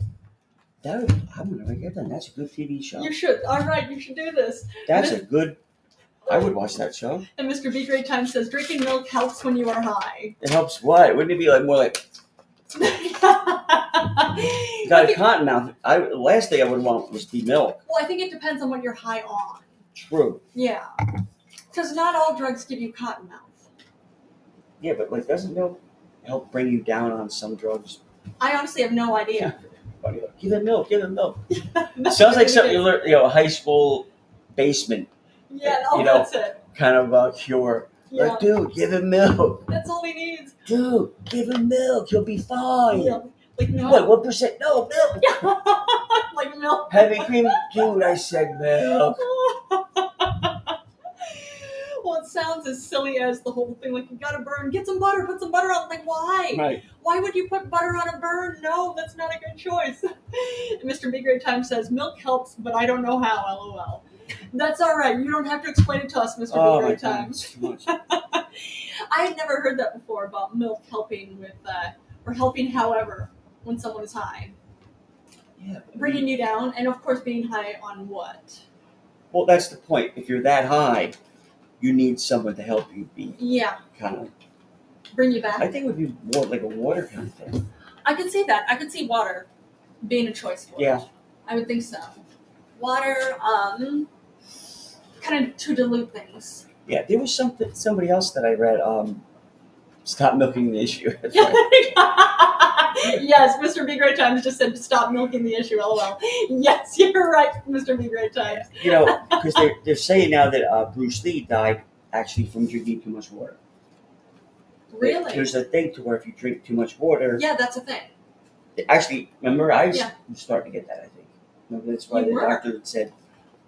that would, I'm gonna get that. That's a good TV show. you should. All right, you should do this. That's a good. I would watch that show. And Mr. B Great Time says drinking milk helps when you are high. It helps. What wouldn't it be like more like you I got a think- cotton mouth? I the last thing I would want was be milk. well, I think it depends on what you're high on. True. Yeah. Because not all drugs give you cotton mouth. Yeah, but like doesn't milk help bring you down on some drugs? I honestly have no idea. Funny, like, give him milk. Give him milk. Sounds like something you learn, you know, a high school basement Yeah, oh, you know. that's it. kind of uh, cure. Yeah, Like, dude, give him milk. that's all he needs. Dude, give him milk. He'll be fine. Yeah. Like, no. What? What percent? No milk. like milk. Heavy cream, dude. I said milk. well, it sounds as silly as the whole thing. Like you gotta burn, get some butter, put some butter on. Like why? Right. Why would you put butter on a burn? No, that's not a good choice. And Mr. Big Great Time says milk helps, but I don't know how. LOL. That's all right. You don't have to explain it to us, Mr. Oh Big my Great god, Time. it's too much. I had never heard that before about milk helping with uh, or helping, however, when someone is high, Yeah. bringing you down, and of course being high on what? Well, that's the point. If you're that high, you need someone to help you be Yeah, kind of. bring you back. I think it would be more like a water kind of thing. I could see that. I could see water being a choice for Yeah. it. I would think so. Water, um, kind of to dilute things. Yeah. There was something. Somebody else that I read. Um, stop milking the issue. That's right. yes, Mr. B. Great Times just said stop milking the issue. LOL. Yes, you're right, Mr. B. Great Times. You know, because they're they're saying now that uh, Bruce Lee died actually from drinking too much water. Really? There's a thing to where if you drink too much water, yeah, that's a thing. Actually, remember, I was Yeah. starting to get that. I think. Remember, that's why You the were. doctor had said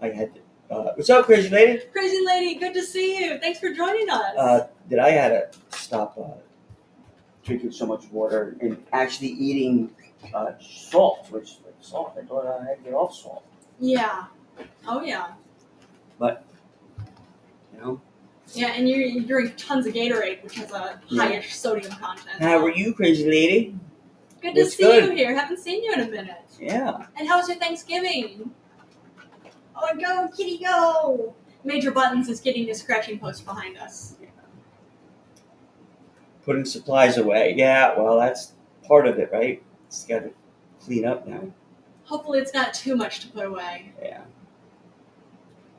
I had. To, uh, what's up, crazy lady? Crazy lady, good to see you. Thanks for joining us. Uh, that I had to stop uh, drinking so much water and actually eating uh, salt, which like salt. I thought I had to get off salt. yeah. Oh yeah. You know. Yeah, and you, you drink tons of Gatorade, which has a Yeah. highish sodium content. How are you, crazy lady? Good to It's see good. you here. Haven't seen you in a minute. Yeah. And how was your Thanksgiving? Oh, go, kitty, go! Major Buttons is getting his scratching post behind us. Putting supplies away. Yeah. Well, that's part of it, right? It's got to clean up now. Hopefully, it's not too much to put away. Yeah.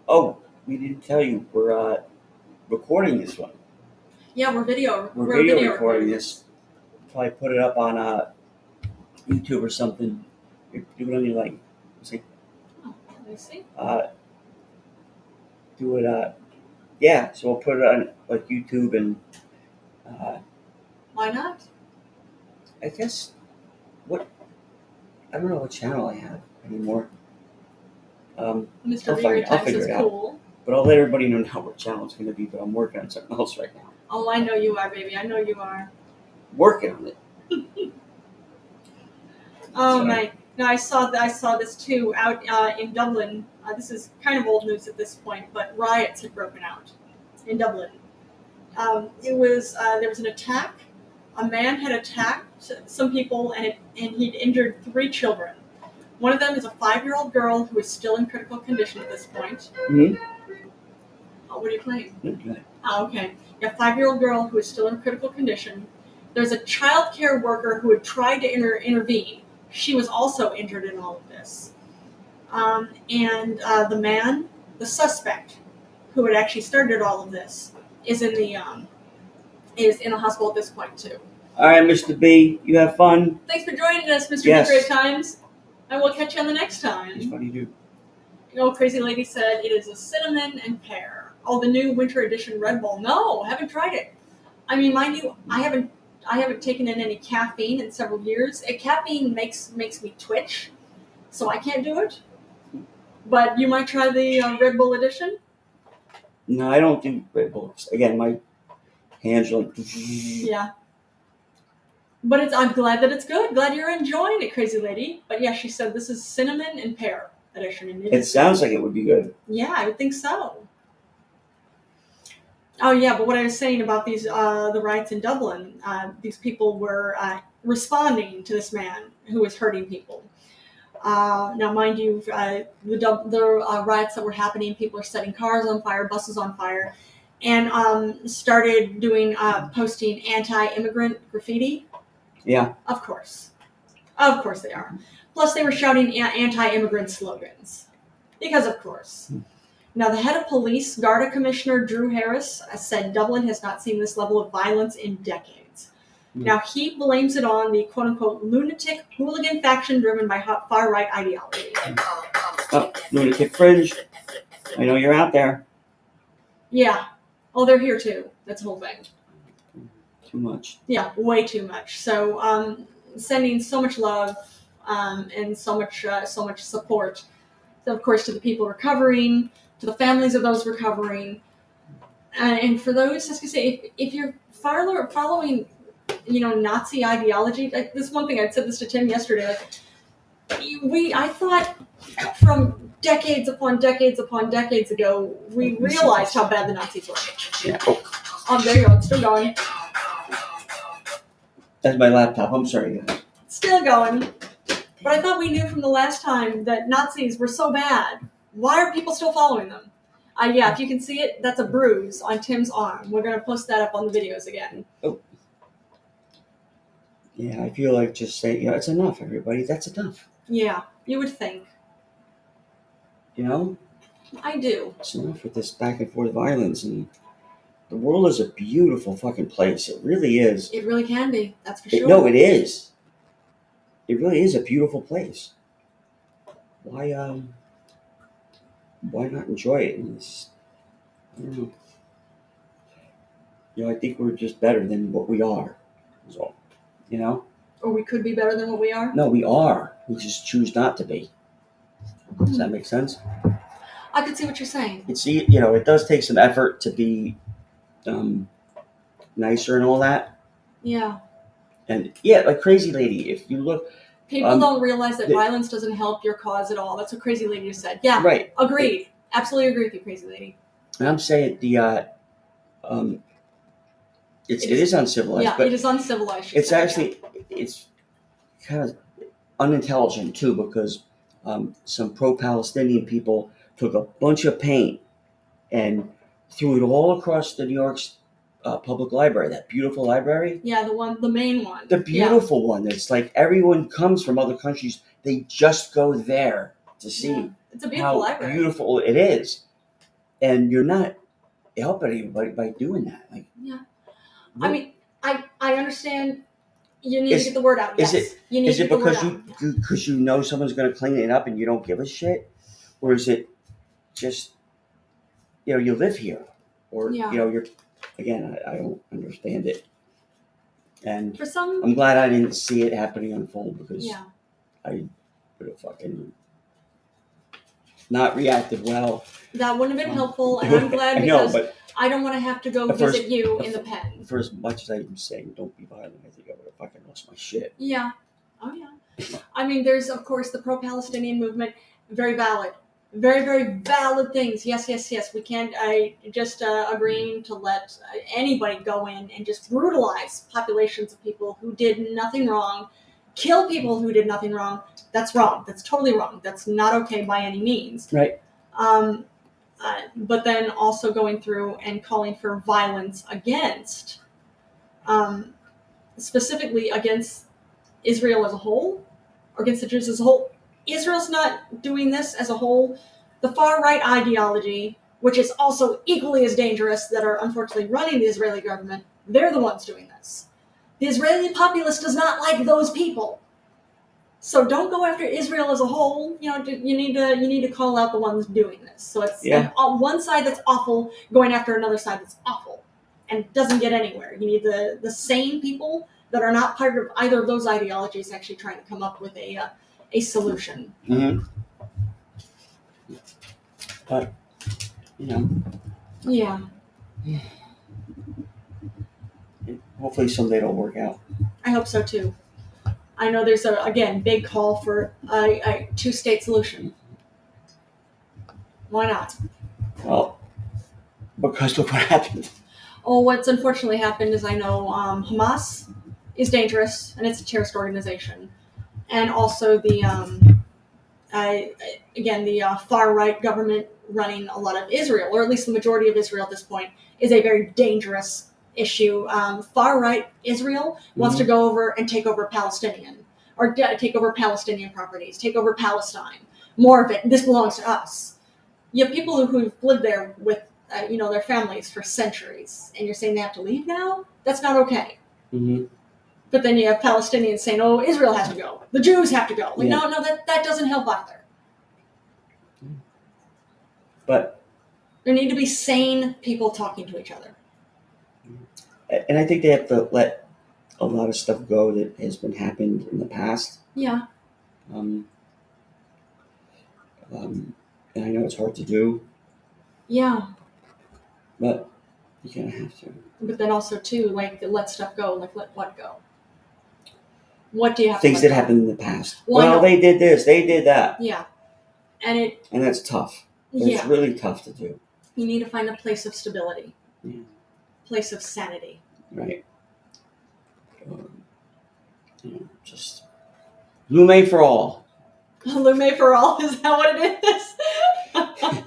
Oh, we didn't tell you we're uh, recording this one. Yeah, we're video. We're, video, recording this. Probably put it up on uh, YouTube or something. You Do it on your like, Oh, let me see. uh, do it. Uh, yeah. So we'll put it on like YouTube and uh, Why not? I guess what I don't know what channel I have anymore. Um, I'll Mr. find- Beery I'll Times figure is it out. cool. but I'll let everybody know now what channel it's going to be. But I'm working on something else right now. Oh, I know you are, baby. I know you are. Working on it. Oh So- my! No, I saw th- I saw this too out uh, in Dublin. Uh, this is kind of old news at this point, but riots had broken out in Dublin. Um, it was uh, there was an attack. A man had attacked some people, and it, and he'd injured three children. One of them is a five-year-old girl who is still in critical condition at this point. Mhm. Oh, what do you claim? Okay. Ah, okay. A five year old girl who is still in critical condition. There's a child care worker who had tried to inter- intervene. She was also injured in all of this. Um, and uh, the man, the suspect, who had actually started all of this, is in the um, is in the hospital at this point too. All right, Mr. B, you have fun. Thanks for joining us, Mr. Yes. Great Times, and we'll catch you on the next time. It's funny, dude. You know, Crazy Lady said it is a cinnamon and pear. Oh, the new winter edition Red Bull. No, haven't tried it. I mean, mind you, I haven't I haven't taken in any caffeine in several years. Uh, caffeine makes makes me twitch, so I can't do it. But you might try the uh, Red Bull edition. No, I don't do Red Bulls. Again, my hands are like. Yeah. But it's I'm glad that it's good. Glad you're enjoying it, Crazy Lady. But yeah, she said this is cinnamon and pear edition. And it It is- sounds like it would be good. Yeah, I would think so. Oh yeah, but what I was saying about these uh, the riots in Dublin, uh, these people were uh, responding to this man who was hurting people. Uh, now, mind you, uh, the Dub- the uh, riots that were happening, people are setting cars on fire, buses on fire, and um, started doing uh, posting anti-immigrant graffiti. Yeah. of course, of course they are. Plus, they were shouting a- anti-immigrant slogans because, of course. Now, the head of police, Garda Commissioner Drew Harris, uh, said Dublin has not seen this level of violence in decades. Hmm. Now, he blames it on the quote unquhte lunatic hooligan faction driven by far right ideology. Oh, Lunatic Fringe. I know you're out there. Yeah. Oh, they're here too. That's the whole thing. Too much. Yeah, way too much. So, um, sending so much love um, and so much, uh, so much support, of course, to the people recovering, to the families of those recovering, uh, and for those, as I say, if, if you're follow, following, you know, Nazi ideology, like this one thing I said this to Tim yesterday. Like, we, I thought from decades upon decades upon decades ago, we realized how bad the Nazis were. Yeah. Oh, Oh, there you go. It's still going. that's my laptop. I'm sorry, guys. Still going. But I thought we knew from the last time that Nazis were so bad. Why are people still following them? Uh, yeah, if you can see it, that's a bruise on Tim's arm. We're going to post that up on the videos again. Yeah, I feel like just saying, you know, it's enough, everybody. That's enough. Yeah, you would think. You know, I do. it's enough with this back and forth violence. And the world is a beautiful fucking place. It really is. It really can be, that's for It- sure. no, it is. It really is a beautiful place. Why um why not enjoy it? And it's- I don't know. You know, I think we're just better than what we are. Is all. You know? Or we could be better than what we are. No, we are. We just choose not to be. Does that make sense? I could see what you're saying. It's e- you know, it does take some effort to be um nicer and all that. Yeah. And yeah, like crazy lady, if you look People Um, don't realize that the- violence doesn't help your cause at all. That's what Crazy Lady just said. Yeah, right, agreed. Absolutely agree with you, Crazy Lady. And I'm saying the, uh, um, it's, It it is- is uncivilized, yeah, but it is uncivilized. she it's said. actually, it's kind of unintelligent too, because um, some pro-Palestinian people took a bunch of paint and threw it all across the New York's uh, public library, that beautiful library, Yeah, the one, the main one. the Yeah. beautiful one. That's like everyone comes from other countries; they just go there to see Yeah. It's a beautiful how library. beautiful it is, and you're not helping anybody by doing that. Like, Yeah. I what- mean, I I understand you need Is- to get the word out. is Yes. you need is to it get the word because you out. because you know someone's going to clean it up and you don't give a shit, or is it just you know you live here, or Yeah. you know you're again I, I don't understand it, and For some, I'm glad I didn't see it happening unfold because yeah. I would have fucking not reacted well. That wouldn't have been helpful, and I'm glad I know, because but I don't want to have to go At first- visit you in the pen. for as much as I am saying, don't be violent, I think I would have fucking lost my shit. Yeah. Oh yeah. I mean, there's of course the pro-Palestinian movement, very valid, very very valid things. Yes, yes, yes. We can't. I just uh, agreeing to let uh, anybody go in and just brutalize populations of people who did nothing wrong, kill people who did nothing wrong. That's wrong. That's totally wrong. That's not okay by any means. Right. Um, uh, but then also going through and calling for violence against, um, specifically against Israel as a whole, or against the Jews as a whole. Israel's not doing this as a whole. The far right ideology, which is also equally as dangerous, that are unfortunately running the Israeli government, they're the ones doing this. The Israeli populace does not like those people. So don't go after Israel as a whole. You know, you need to you need to call out the ones doing this. So it's Yeah. an- on one side that's awful going after another side that's awful and doesn't get anywhere. You need the the sane people that are not part of either of those ideologies actually trying to come up with a uh, a solution. Mm-hmm. But, you know, Yeah. hopefully someday it'll work out. I hope so too. I know there's a again big call for a, a two state solution. Why not? Well, because look what happened. Oh, what's unfortunately happened is I know um, Hamas is dangerous and it's a terrorist organization, and also the um, I, I- again the uh, far right government running a lot of Israel, or at least the majority of Israel at this point, is a very dangerous issue. Um, far right Israel wants to go over and take over Palestinian or de- take over Palestinian properties, take over Palestine, more of it. This belongs to us. You have people who- who've lived there with uh, you know their families for centuries and you're saying they have to leave now that's not okay Mm-hmm. but then you have palestinians saying oh israel has to go the jews have to go like no no that, that doesn't help either But, there need to be sane people talking to each other and I think they have to let a lot of stuff go that has been happened in the past. yeah Um, um, and I know it's hard to do, yeah but you kind of have to. but then also too like let stuff go like let what go what do you have Things to let that go? happened in the past. Well, I well, know. they did this, they did that, yeah and it and that's tough. yeah It's really tough to do, you need to find a place of stability Yeah. place of sanity right? Um, you know, just Lume for all. Lume for all is that what it is?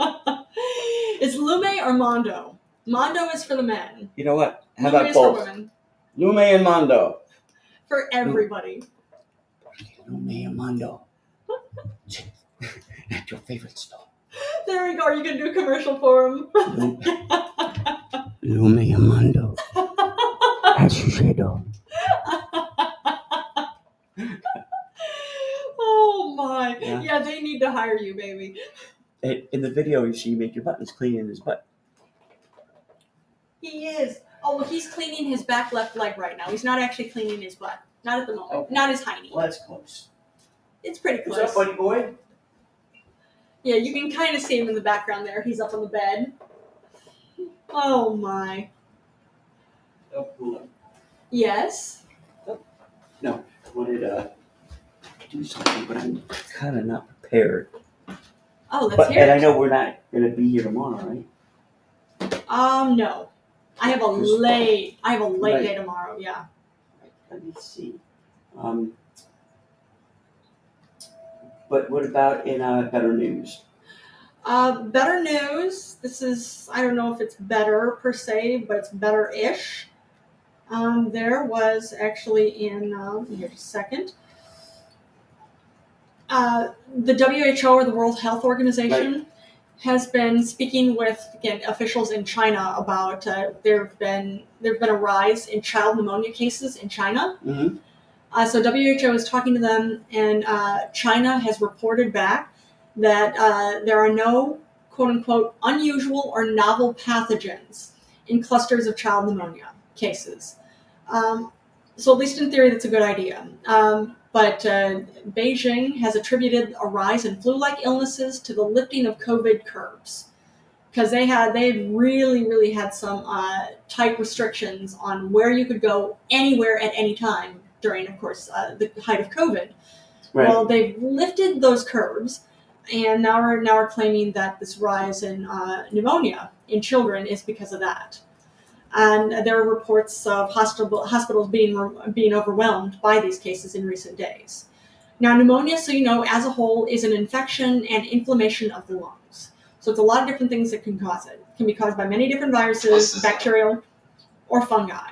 it's Lume or Mondo. Mondo is for the men. You know what? How Lume about is for both? women. Lume and Mondo. For everybody. Lume and Mondo. At your favorite store. There we go. You can do a commercial for them. Lume Lume and Mondo. At your shadow. oh my. Yeah. Yeah. they need to hire you, baby. In in the video, you see Major Button's cleaning his butt. He is. Oh, well, he's cleaning his back left leg right now. He's not actually cleaning his butt. Not at the moment. Okay. Not his hiney. that's close. It's pretty close. boy? Yeah, you can kind of see him in the background there. He's up on the bed. Oh my. Oh, Yes. wanted uh, to do something, but I'm kind of not prepared. Oh, let's But hear and I it. know we're not gonna be here tomorrow, right? Um, no, I have a Just- late. I have a late Right. day tomorrow. Yeah. Let me see. Um, but what about in uh, better news? Uh, better news. This is. I don't know if it's better per se, but it's better-ish. Um, there was actually in um, here just a second. Uh, the WHO or the World Health Organization has been speaking with again officials in China about uh, there have been there've been a rise in child pneumonia cases in China. Mm-hmm. Uh, so WHO is talking to them, and uh, China has reported back that uh, there are no "quote unquote" unusual or novel pathogens in clusters of child pneumonia cases. Um, so at least in theory, that's a good idea. Um, But uh, Beijing has attributed a rise in flu-like illnesses to the lifting of COVID curbs because they had they really really had some uh, tight restrictions on where you could go anywhere at any time during, of course, uh, the height of COVID. Right. Well, they've lifted those curbs, and now are now are claiming that this rise in uh, pneumonia in children is because of that. And there are reports of hospital, hospitals being being overwhelmed by these cases in recent days. Now, pneumonia, so you know, as a whole, is an infection and inflammation of the lungs. So it's a lot of different things that can cause it. It can be caused by many different viruses, bacterial, or fungi.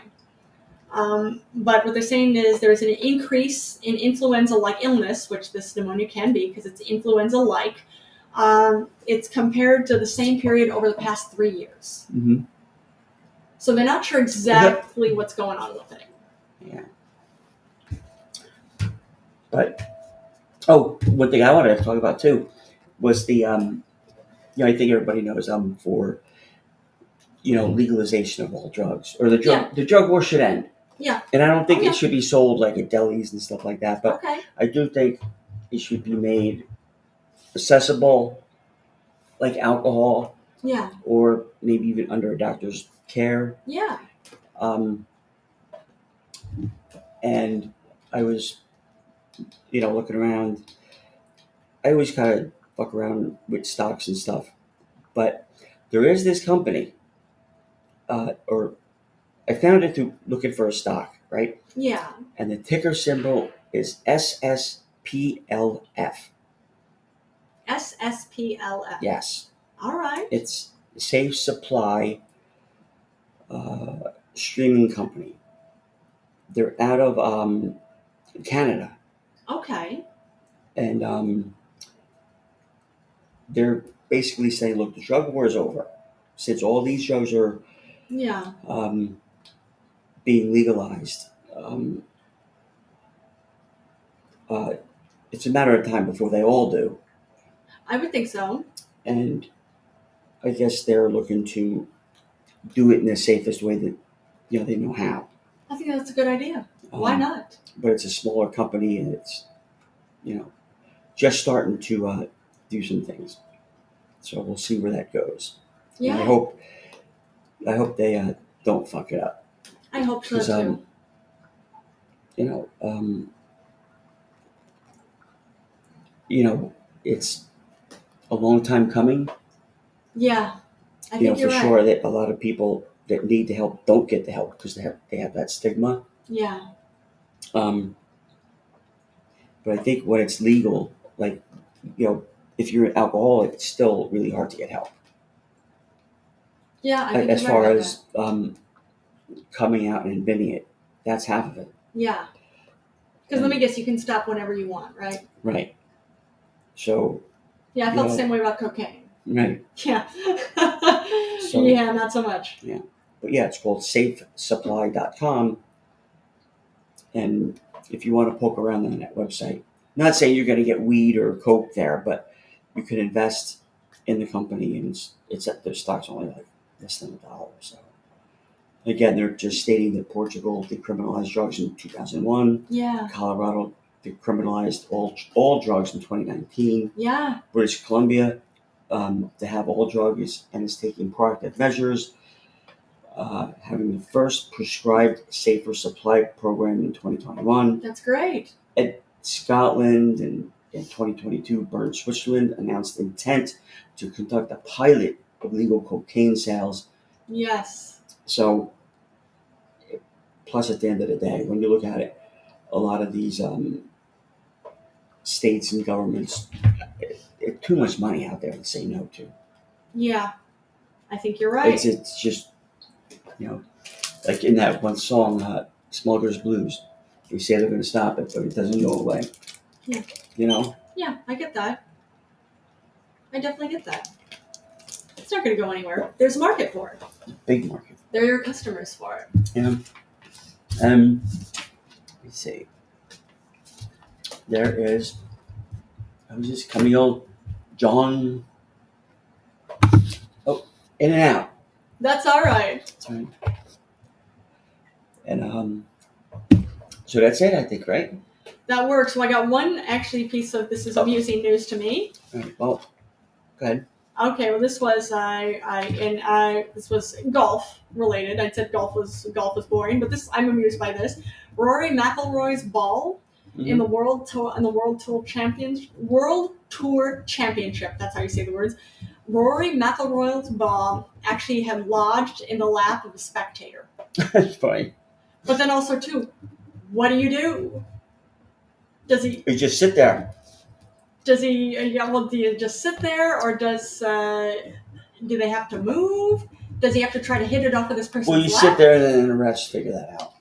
Um, but what they're saying is there's an increase in influenza like illness, which this pneumonia can be because it's influenza like. Um, it's compared to the same period over the past three years. hmm So they're not sure exactly what's going on with it. Yeah. But oh, one thing I wanted to talk about too was the um, you know, I think everybody knows I'm for you know legalization of all drugs or the drug Yeah. the drug war should end. Yeah. And I don't think Oh, yeah. it should be sold like at delis and stuff like that, but Okay. I do think it should be made accessible, like alcohol Yeah. or maybe even under a doctor's care. Yeah. Um, and I was, you know, looking around. I always kind of fuck around with stocks and stuff, but there is this company, uh, or I found it through looking for a stock, right? Yeah. And the ticker symbol is SSPLF. SSPLF. Yes, All right. it's Safe Supply uh, streaming company. They're out of um, Canada. Okay. and um, they're basically saying, look, the drug war is over since all these drugs are Yeah. um, being legalized. Um, uh, it's a matter of time before they all do, I would think so. and I guess they're looking to do it in the safest way that you know they know how. I think that's a good idea. Why Um, not? But it's a smaller company, and it's you know just starting to uh, do some things. So we'll see where that goes. And I Yeah. hope I hope they uh, don't fuck it up. I hope so Because, um, too. You know, um, you know, it's a long time coming. Yeah. I you know, think for you're right. sure that a lot of people that need the help don't get the help because they have they have that stigma. Yeah. Um, but I think when it's legal, like you know, if you're an alcoholic, it's still really hard to get help. Yeah. I think as you're right far about as um, coming out and admitting it, that's half of it, Yeah. Because let me guess, you can stop whenever you want, right? right? So, Yeah, I felt the Yeah. same way about cocaine. right. Yeah. So- yeah, not so much. but yeah, it's called safesupply.com. And if you want to poke around on that website, not saying you're going to get weed or coke there, but you can invest in the company and it's, it's at their stock's only like less than a dollar. So again, they're just stating that Portugal decriminalized drugs in 2001, Yeah. Colorado decriminalized all, all drugs in 2019, Yeah. British Columbia um, to have all drugs and is taking proactive measures, uh, having the first prescribed safer supply program in 2021. That's great. Scotland and in 2022, Bern Switzerland announced intent to conduct a pilot of legal cocaine sales. Yes. So, plus at the end of the day, when you look at it, a lot of these um, states and governments, it, it, too much money out there to say no to. Yeah. I think you're right. It's it's just you know, like in that one song, uh, "Smuggler's Blues." They say they're going to stop it, but it doesn't go away. Yeah. You know, yeah, I get that. I definitely get that. It's not going to go anywhere. There's a market for it. big market. There are customers for it. Um, let me see. There is. I was just coming old, John. Oh, in and out. That's all right. That's right. And um, so that's it, I think, right? that works. Well, I got one actually piece of this is amusing news to me. All right, well, go ahead. Okay, well, this was I, I, and I. This was golf related. I said golf was golf was boring, but this I'm amused by this. Rory McIlroy's ball in the world tour in the world tour champions world tour championship. That's how you say the words. Rory McIlroy's ball actually had lodged in the lap of a spectator. That's funny. But then also too, what do you do? Does he You just sit there. does he uh, yeah, well, do you just sit there or does uh, do they have to move does he have to try to hit it off of this person's Well, you lap? sit there and then the refs figure that out.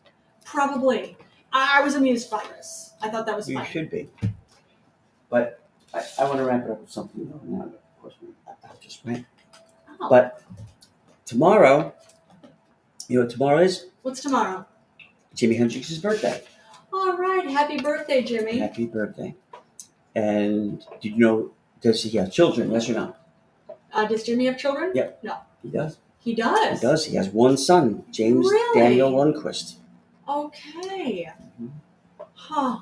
probably I-, I was amused by this i thought that was You funny should be. But I, I want to wrap it up with something. though. Now, of course, we- I- I just went. oh, But tomorrow, you know what tomorrow is? what's tomorrow Jimi Hendrix's birthday. all right happy birthday jimmy Happy birthday. And do you know, does he have children? Yes or no? uh, does jimmy have children He does. he does He does. He has one son, James Really? Daniel Lundquist. okay Mhm. huh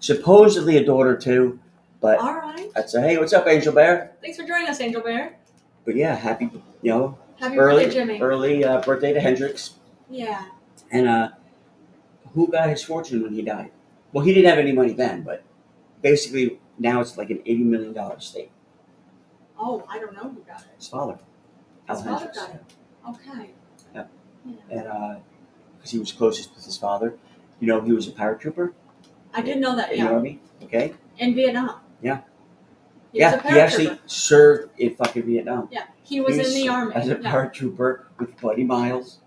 Supposedly a daughter, too. But all right I'd say, hey, what's up, Angel Bear? thanks for joining us angel bear But yeah, happy, you know, happy early, birthday jimmy early uh, birthday to Hendrix. yeah And uh, who got his fortune when he died? Well, he didn't have any money then, but basically now it's like an $80 million estate. oh i don't know who got it His father, his Al father Hendrix. got it okay Yeah. yeah. And because he was closest with his father, you know, he was a paratrooper i did know that in yeah the army. Okay. in Vietnam. Yeah. He was yeah, a he actually paratrooper. served in fucking Vietnam. Yeah, he was, in the army. As a yeah. paratrooper with Buddy Miles.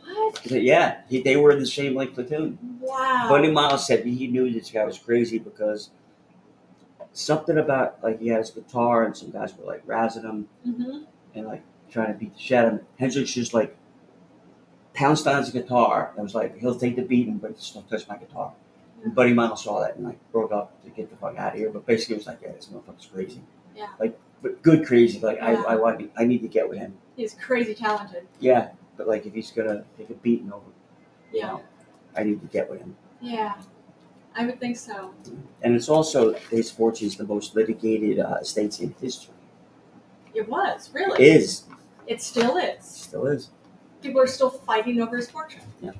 what? Yeah, he, they were in the same like platoon. Wow. Buddy Miles said he knew this guy was crazy because something about like he had his guitar and some guys were like razzing him hmm and like trying to beat the shit out of him. Hendrix just like pounced on his guitar and was like, he'll take the beating, but just don't touch my guitar. And Buddy Miles saw that and like broke up to get the fuck out of here. But basically, it was like, yeah, this motherfucker's crazy. Yeah. Like, but good crazy. Like, Yeah. I, I want, to- I need to get with him. He's crazy talented. Yeah, but like if he's gonna take a beating over, you Yeah. know, I need to get with him. Yeah. I would think so. And it's also his fortune's the most litigated uh, estates in history. It was really. Is It still is. still is. People are still fighting over his fortune. Yeah.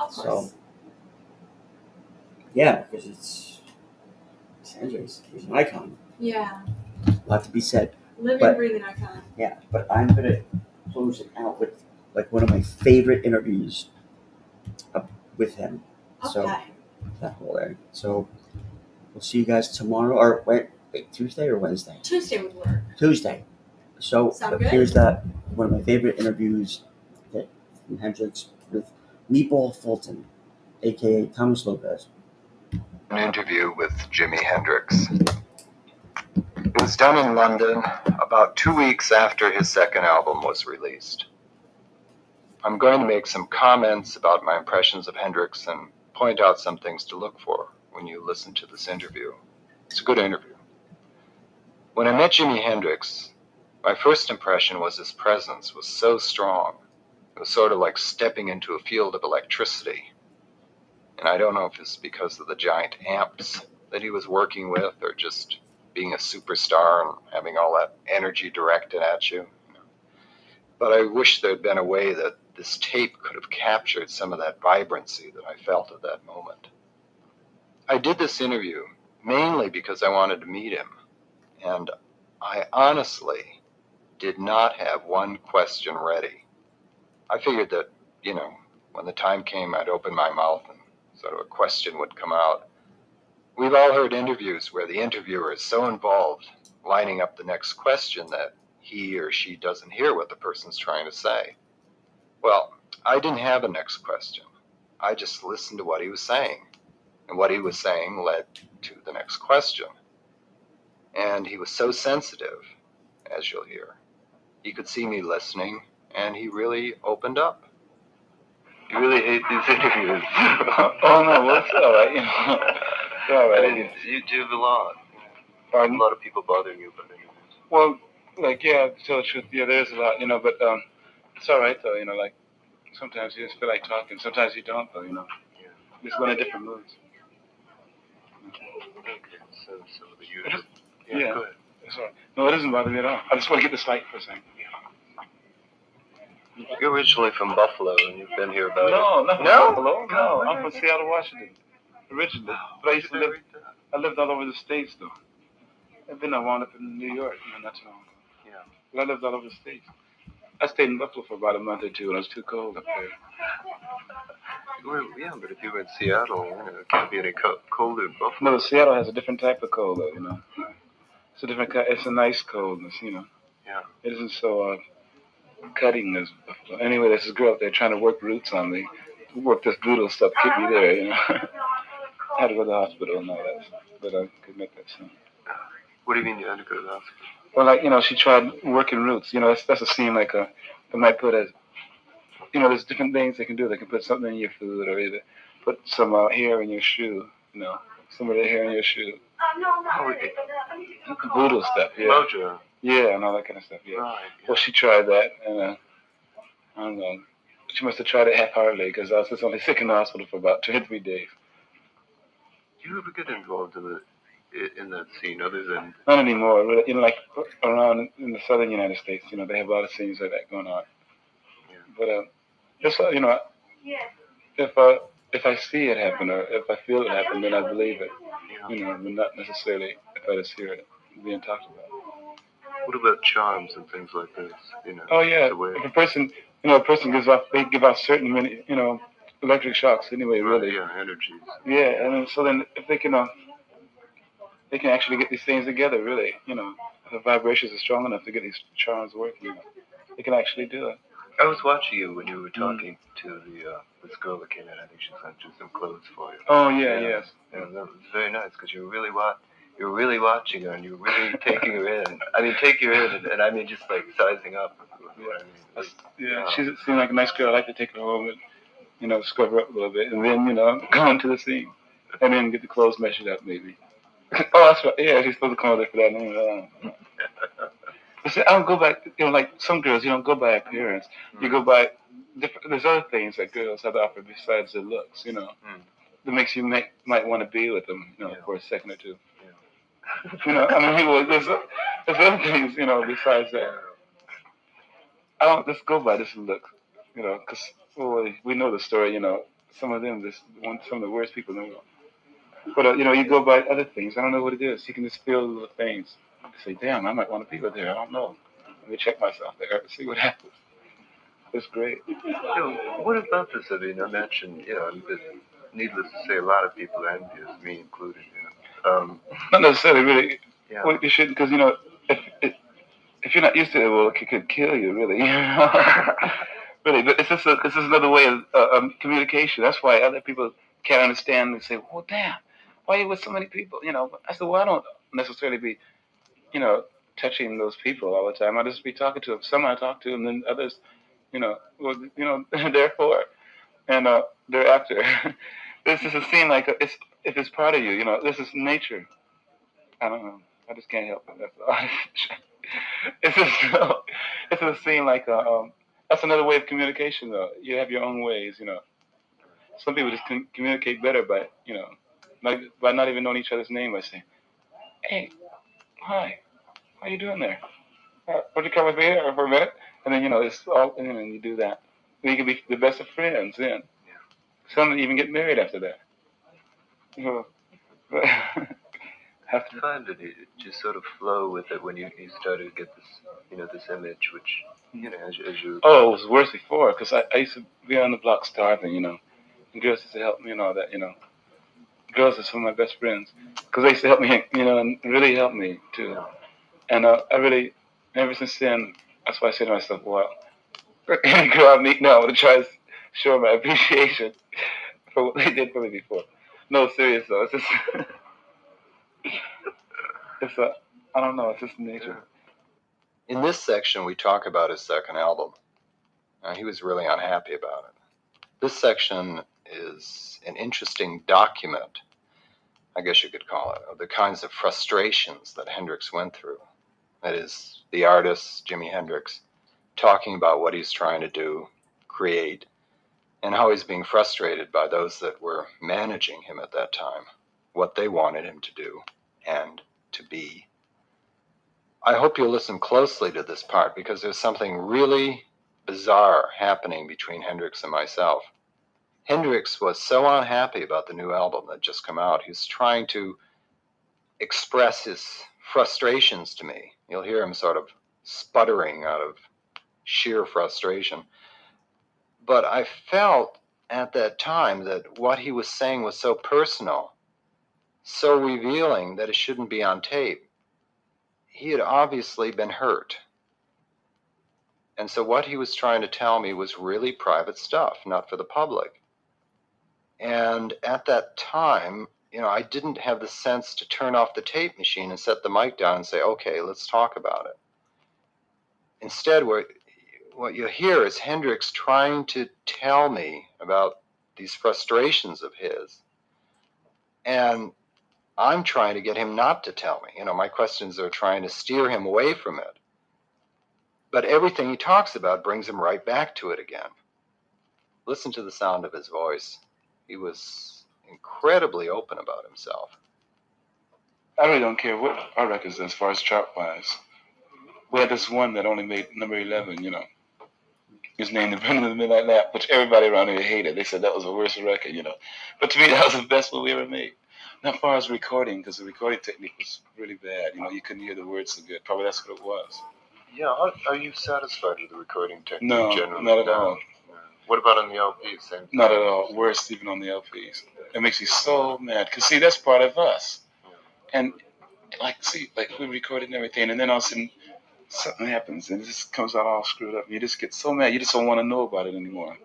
Of So- course. Yeah, because it's it's Hendrix. He's an icon. Yeah. A lot to be said. Living, But- breathing icon. Yeah, but I'm gonna close it out with like one of my favorite interviews up with him. Okay. So that whole there. So we'll see you guys tomorrow or wait, wait Tuesday or Wednesday? Tuesday would work. Tuesday. So Sound but here's that one of my favorite interviews that from Hendrix with Meatball Fulton, aka Thomas Lopez. An interview with Jimi Hendrix. It was done in London about two weeks after his second album was released. I'm going to make some comments about my impressions of Hendrix and point out some things to look for when you listen to this interview. It's a good interview. When I met Jimi Hendrix, my first impression was his presence was so strong. It was sort of like stepping into a field of electricity and I don't know if it's because of the giant amps that he was working with or just being a superstar and having all that energy directed at you. But I wish there'd been a way that this tape could have captured some of that vibrancy that I felt at that moment. I did this interview mainly because I wanted to meet him, and I honestly did not have one question ready. I figured that, you know, when the time came, I'd open my mouth and sort of a question would come out. We've all heard interviews where the interviewer is so involved lining up the next question that he or she doesn't hear what the person's trying to say. Well, I didn't have a next question. I just listened to what he was saying. And what he was saying led to the next question. And he was so sensitive, as you'll hear. He could see me listening, and he really opened up. You really hate these interviews. oh no, well it's all right. You know, it's all I right. mean, you do a lot. A Pardon? lot of people bothering you about interviews. Well, like yeah, to tell the truth, yeah, there is a lot, you know. But um, it's all right though, you know. Like sometimes you just feel like talking, sometimes you don't though, you know. Yeah. Just went a different mood. Okay, so, so the It usual. just- yeah. Go ahead. It's all right. No, it doesn't bother me at all. I just want to get this light for a second. You're originally from Buffalo, and you've been here about No, not No? Buffalo. No, No. I'm from Seattle, Washington, originally. But I used to live. I lived all over the states though. And then I wound up in New York, you know, not too long ago. Yeah. But I lived all over the states. I stayed in Buffalo for about a month or two, and it was too cold up there. You were, yeah, but if you were in Seattle, you know, it can't be any co- colder than Buffalo. No, Seattle has a different type of cold, though. You know, it's a different. ki- It's a nice coldness. You know. Yeah. It isn't so uh, cutting as Buffalo. Anyway, there's this girl up there trying to work roots on me. Work this brutal stuff. Get me there. You know. I had to go to the hospital and all that, stuff, but I could make that sound. What do you mean you had to go to the hospital? Well, like you know, she tried working roots. You know, that's that's a scene like a they might put a, you know, there's different things they can do. They can put something in your food or either put some uh, hair in your shoe. You know, some of the hair in your shoe. Oh, it, Brutal stuff. Yeah. Mojo. Yeah, and all that kind of stuff. Yeah. Right. Yeah. Well, she tried that, and uh, I don't know. She must have tried it half-heartedly because I was just only sick in the hospital for about two or three days. Do you ever get involved in the i- in that scene other than Not anymore. Really, you know, like around in the southern United States, you know, they have a lot of scenes like that going on. Yeah. But uh, just uh, you know, if I if I see it happen or if I feel it happen, then I believe it. you know, You know, but not necessarily if I just hear it being talked about. what about charms and things like this? You know. Oh yeah, The way, if a person, you know, a person gives off, they give off certain, many, you know, electric shocks anyway. Really, Yeah, energies. Yeah, and then, so then if they can, uh, they can actually get these things together. Really, you know, if the vibrations are strong enough to get these charms working. They can actually do it. I was watching you when you were talking to the uh, this girl that came in. I think she sent you some clothes for you. Oh yeah, Yeah. yes. And that was very nice because you were really wa- you were really watching her and you were really taking her in. I mean, take her in, and, and I mean just like sizing up. you know what I mean. It was- That's- Yeah, she seemed like a nice girl. I like to take her home and, you know, scrub her up a little bit, and then you know, go on to the scene, and then get the clothes measured up maybe. oh, that's right. Yeah, she's supposed to come over there for that. No, no, no. But see, I don't go by, you know, like some girls, you don't go by appearance. You go by different. There's other things that girls have to offer besides their looks, you know. Mm. That makes you make, might want to be with them, you know, Yeah. for a second or two. You know, I mean, people, there's, there's other things, you know, besides that. I don't just go by this look, you know, 'cause well, we know the story, you know. Some of them, just one, some of the worst people in the world. But uh, you know, you go by other things. I don't know what it is. You can just feel little things. You say, "Damn, I might want to be with her." I don't know. Let me check myself there. See what happens. It's great. You know, what about this? I mean, I mentioned, you know, that needless to say, a lot of people are envious, me included. You know. Um, Not necessarily really. yeah. Well, you shouldn't, because you know, if if- if you're not used to it, well, it could kill you, really. really, but it's just a, it's just another way of uh, um, communication. That's why other people can't understand and say, "Well, damn, why are you with so many people?" You know, I said, "Well, I don't necessarily be, you know, touching those people all the time. I just be talking to them. Some I talk to, and then others, you know, well, you know, therefore, and uh, thereafter, this is a scene like a, it's if it's part of you, you know, this is nature. I don't know. Uh-uh. I just can't help it. That's all. it's just it's a scene like a, um, that's another way of communication though. You have your own ways, you know. Some people just can communicate better by you know, like by not even knowing each other's name by saying, "Hey, hi, how you doing there? Uh, would you come with me here for a minute?" And then you know it's all and then you do that. We can be the best of friends then. Some even get married after that. You know, but have to I find that it just sort of flow with it when you, you started to get this, you know, this image, which, you know, as, you- as you, Oh, it was worse before because I, I used to be on the block starving, you know. And girls used to help me and all that, you know. Girls are some of my best friends because they used to help me, you know, and really help me too. And uh, I really, ever since then, that's why I say to myself, well, any girl I meet now, I'm going to try to show my appreciation for what they did for me before. No, serious though. It's just, it's a, I don't know, it's just nature. In this section, we talk about his second album. Now, he was really unhappy about it. This section is an interesting document, I guess you could call it, of the kinds of frustrations that Hendrix went through. That is, the artist, Jimi Hendrix, talking about what he's trying to do, create, and how he's being frustrated by those that were managing him at that time, what they wanted him to do and to be. I hope you'll listen closely to this part because there's something really bizarre happening between Hendrix and myself. Hendrix was so unhappy about the new album that just come out. He's trying to express his frustrations to me. You'll hear him sort of sputtering out of sheer frustration. But I felt at that time that what he was saying was so personal, so revealing that it shouldn't be on tape. He had obviously been hurt. And so what he was trying to tell me was really private stuff, not for the public. And at that time, you know, I didn't have the sense to turn off the tape machine and set the mic down and say, okay, let's talk about it. Instead, what, what you hear is Hendrix trying to tell me about these frustrations of his. And I'm trying to get him not to tell me. You know, my questions are trying to steer him away from it. But everything he talks about brings him right back to it again. Listen to the sound of his voice. He was incredibly open about himself. I really don't care what our records as far as chart wise. We had this one that only made number eleven, you know. It's named The Rhythm of the Midnight Lap, which everybody around here hated. They said that was the worst record, you know. But to me, that was the best one we ever made. Not as far as recording, because the recording technique was really bad. You know, you couldn't hear the words so good. Probably that's what it was. Yeah, are, are you satisfied with the recording technique No, generally? not at No. all. No. What about on the LP? Same thing? Not at all. Worse even on the LPs. It makes me so mad. Because, see, that's part of us. And, like, see, like, we recorded and everything, and then all of a sudden, something happens, and it just comes out all screwed up. You just get so mad. You just don't want to know about it anymore.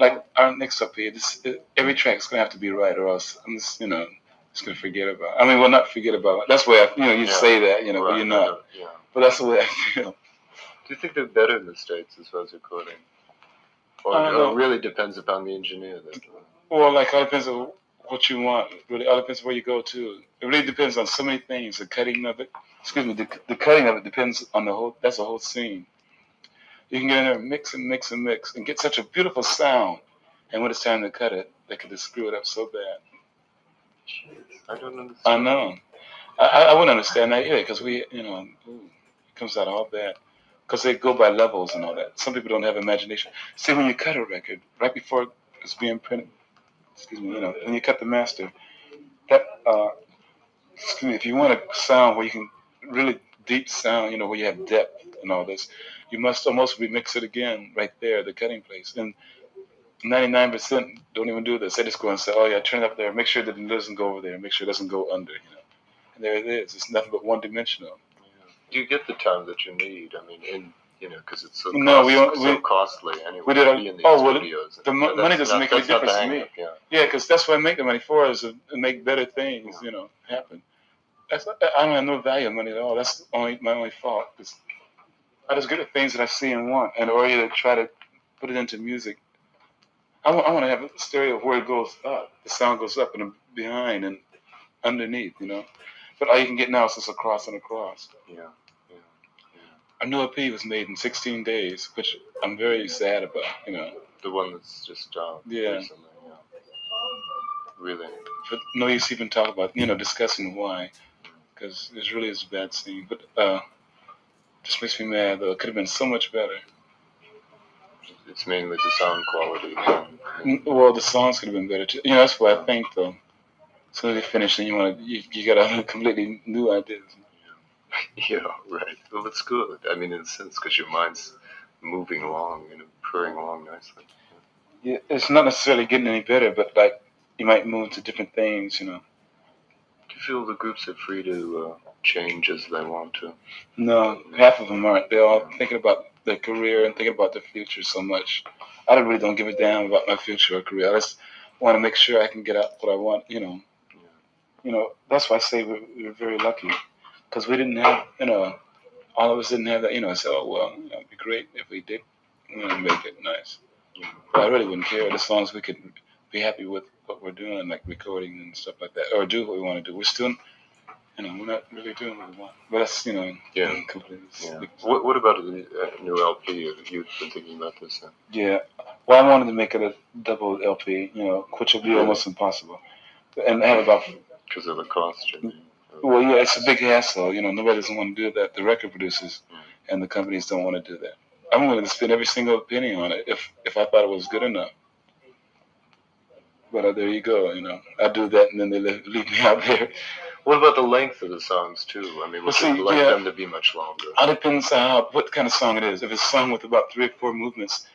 like our next up here, this every track's gonna have to be right, or else I'm just you know just gonna forget about. I mean, well, not forget about. It. That's where I, you know you Yeah. say that you know, but Right, you're not. Yeah. yeah. But that's the way I feel. Do you think they're better in the states as far as recording? Or, I don't or know. it really depends upon the engineer. That, Or like, all depends on what you want. Really, all depends where you go to. It really depends on so many things. The cutting of it, excuse me, the, the cutting of it depends on the whole. That's the whole scene. You can get in there and mix and mix and mix and get such a beautiful sound, and when it's time to cut it, they could just screw it up so bad. I don't understand. I know. I, I I wouldn't understand that either because we, you know, ooh, it comes out all bad because they go by levels and all that. Some people don't have imagination. See, when you cut a record right before it's being printed, excuse me, you know, when you cut the master, that, uh, excuse me, if you want a sound where you can really deep sound, you know, where you have depth and all this, you must almost remix it again right there, the cutting place. And 99% don't even do this. They just go and say, oh, yeah, turn it up there. Make sure that it doesn't go over there. Make sure it doesn't go under, you know. And there it is. It's nothing but one dimensional. Do you get the time that you need? I mean, in you know, because it's so No, cost, we don't- so we- costly anyway. we did a- to be in these oh, well, studios. the mo- That's money doesn't not- make any that's not the difference to hang me. up, Yeah. Yeah, because that's what I make the money for is to make better things, you know, happen. That's I don't have no value of money at all. That's only my only fault because I just get the things that I see and want, and or either try to put it into music. I want to have a stereo where it goes up, the sound goes up and behind and underneath, you know. But all you can get now is just across and across. Yeah. yeah. A new EP was made in 16 days, which I'm very sad about, you know. The one that's just out Yeah. recently. Yeah. Really. but no use even talk about you know discussing why because it really is a bad scene but uh just makes me mad though it could have been so much better It's mainly the sound quality. and- N- Mm, well the songs could have been better too you know that's what i think though so they finish and you want to you, you got a completely new ideas Yeah, right. Well, it's good. I mean, in a sense, because your mind's moving along and purring along nicely. yeah, it's not necessarily getting any better but like you might move to different things you know Do you feel the groups are free to uh, change as they want to? no half of them aren't they're all thinking about their career and thinking about their future so much i don't really don't give a damn about my future or career i just want to make sure i can get out what i want you know you know, that's why I say we're, we're very lucky because we didn't have, you know, all of us didn't have that, you know, I said, oh, well, you know, it'd be great if we did, you know, make it nice. But I really wouldn't care as long as we could be happy with what we're doing, like recording and stuff like that, or do what we want to do. We're still, you know, we're not really doing what we want. But that's, you know, Yeah. completely. Yeah. Yeah. What, what about a new, uh, a new LP? Have you been thinking about this? Then? Well, I wanted to make it a double LP, you know, which would be almost impossible. And I have about, Because of the cost, Jimmy. well, yeah, it's a big hassle. You know, nobody doesn't want to do that. The record producers and the companies don't want to do that. I'm willing to spend every single penny on it if if I thought it was good enough. But uh, there you go, you know. I do that and then they leave, leave me out there. What about the length of the songs too? I mean, would Well, see, you like yeah. them to be much longer? It depends on how, what kind of song it is. If it's a song with about three or four movements,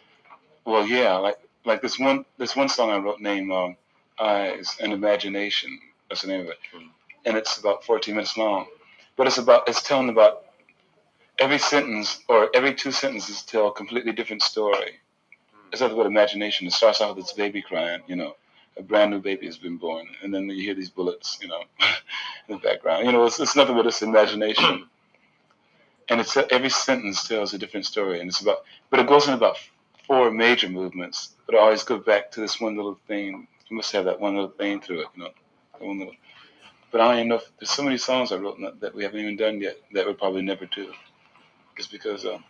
well, yeah, like like this one this one song I wrote named um, "Eyes and Imagination." That's the name of it, Hmm. and it's about 14 minutes long. But it's about it's telling about every sentence or every two sentences tell a completely different story. It's nothing but imagination. It starts off with this baby crying, you know, a brand new baby has been born, and then you hear these bullets, you know, in the background. You know, it's, it's nothing but this imagination and it's every sentence tells a different story, and it's about. But it goes in about four major movements, but I always go back to this one little thing. You must have that one little thing through it, you know, that one little. But I don't even know. If, there's so many songs I wrote not, that we haven't even done yet that we probably never do, just because, um,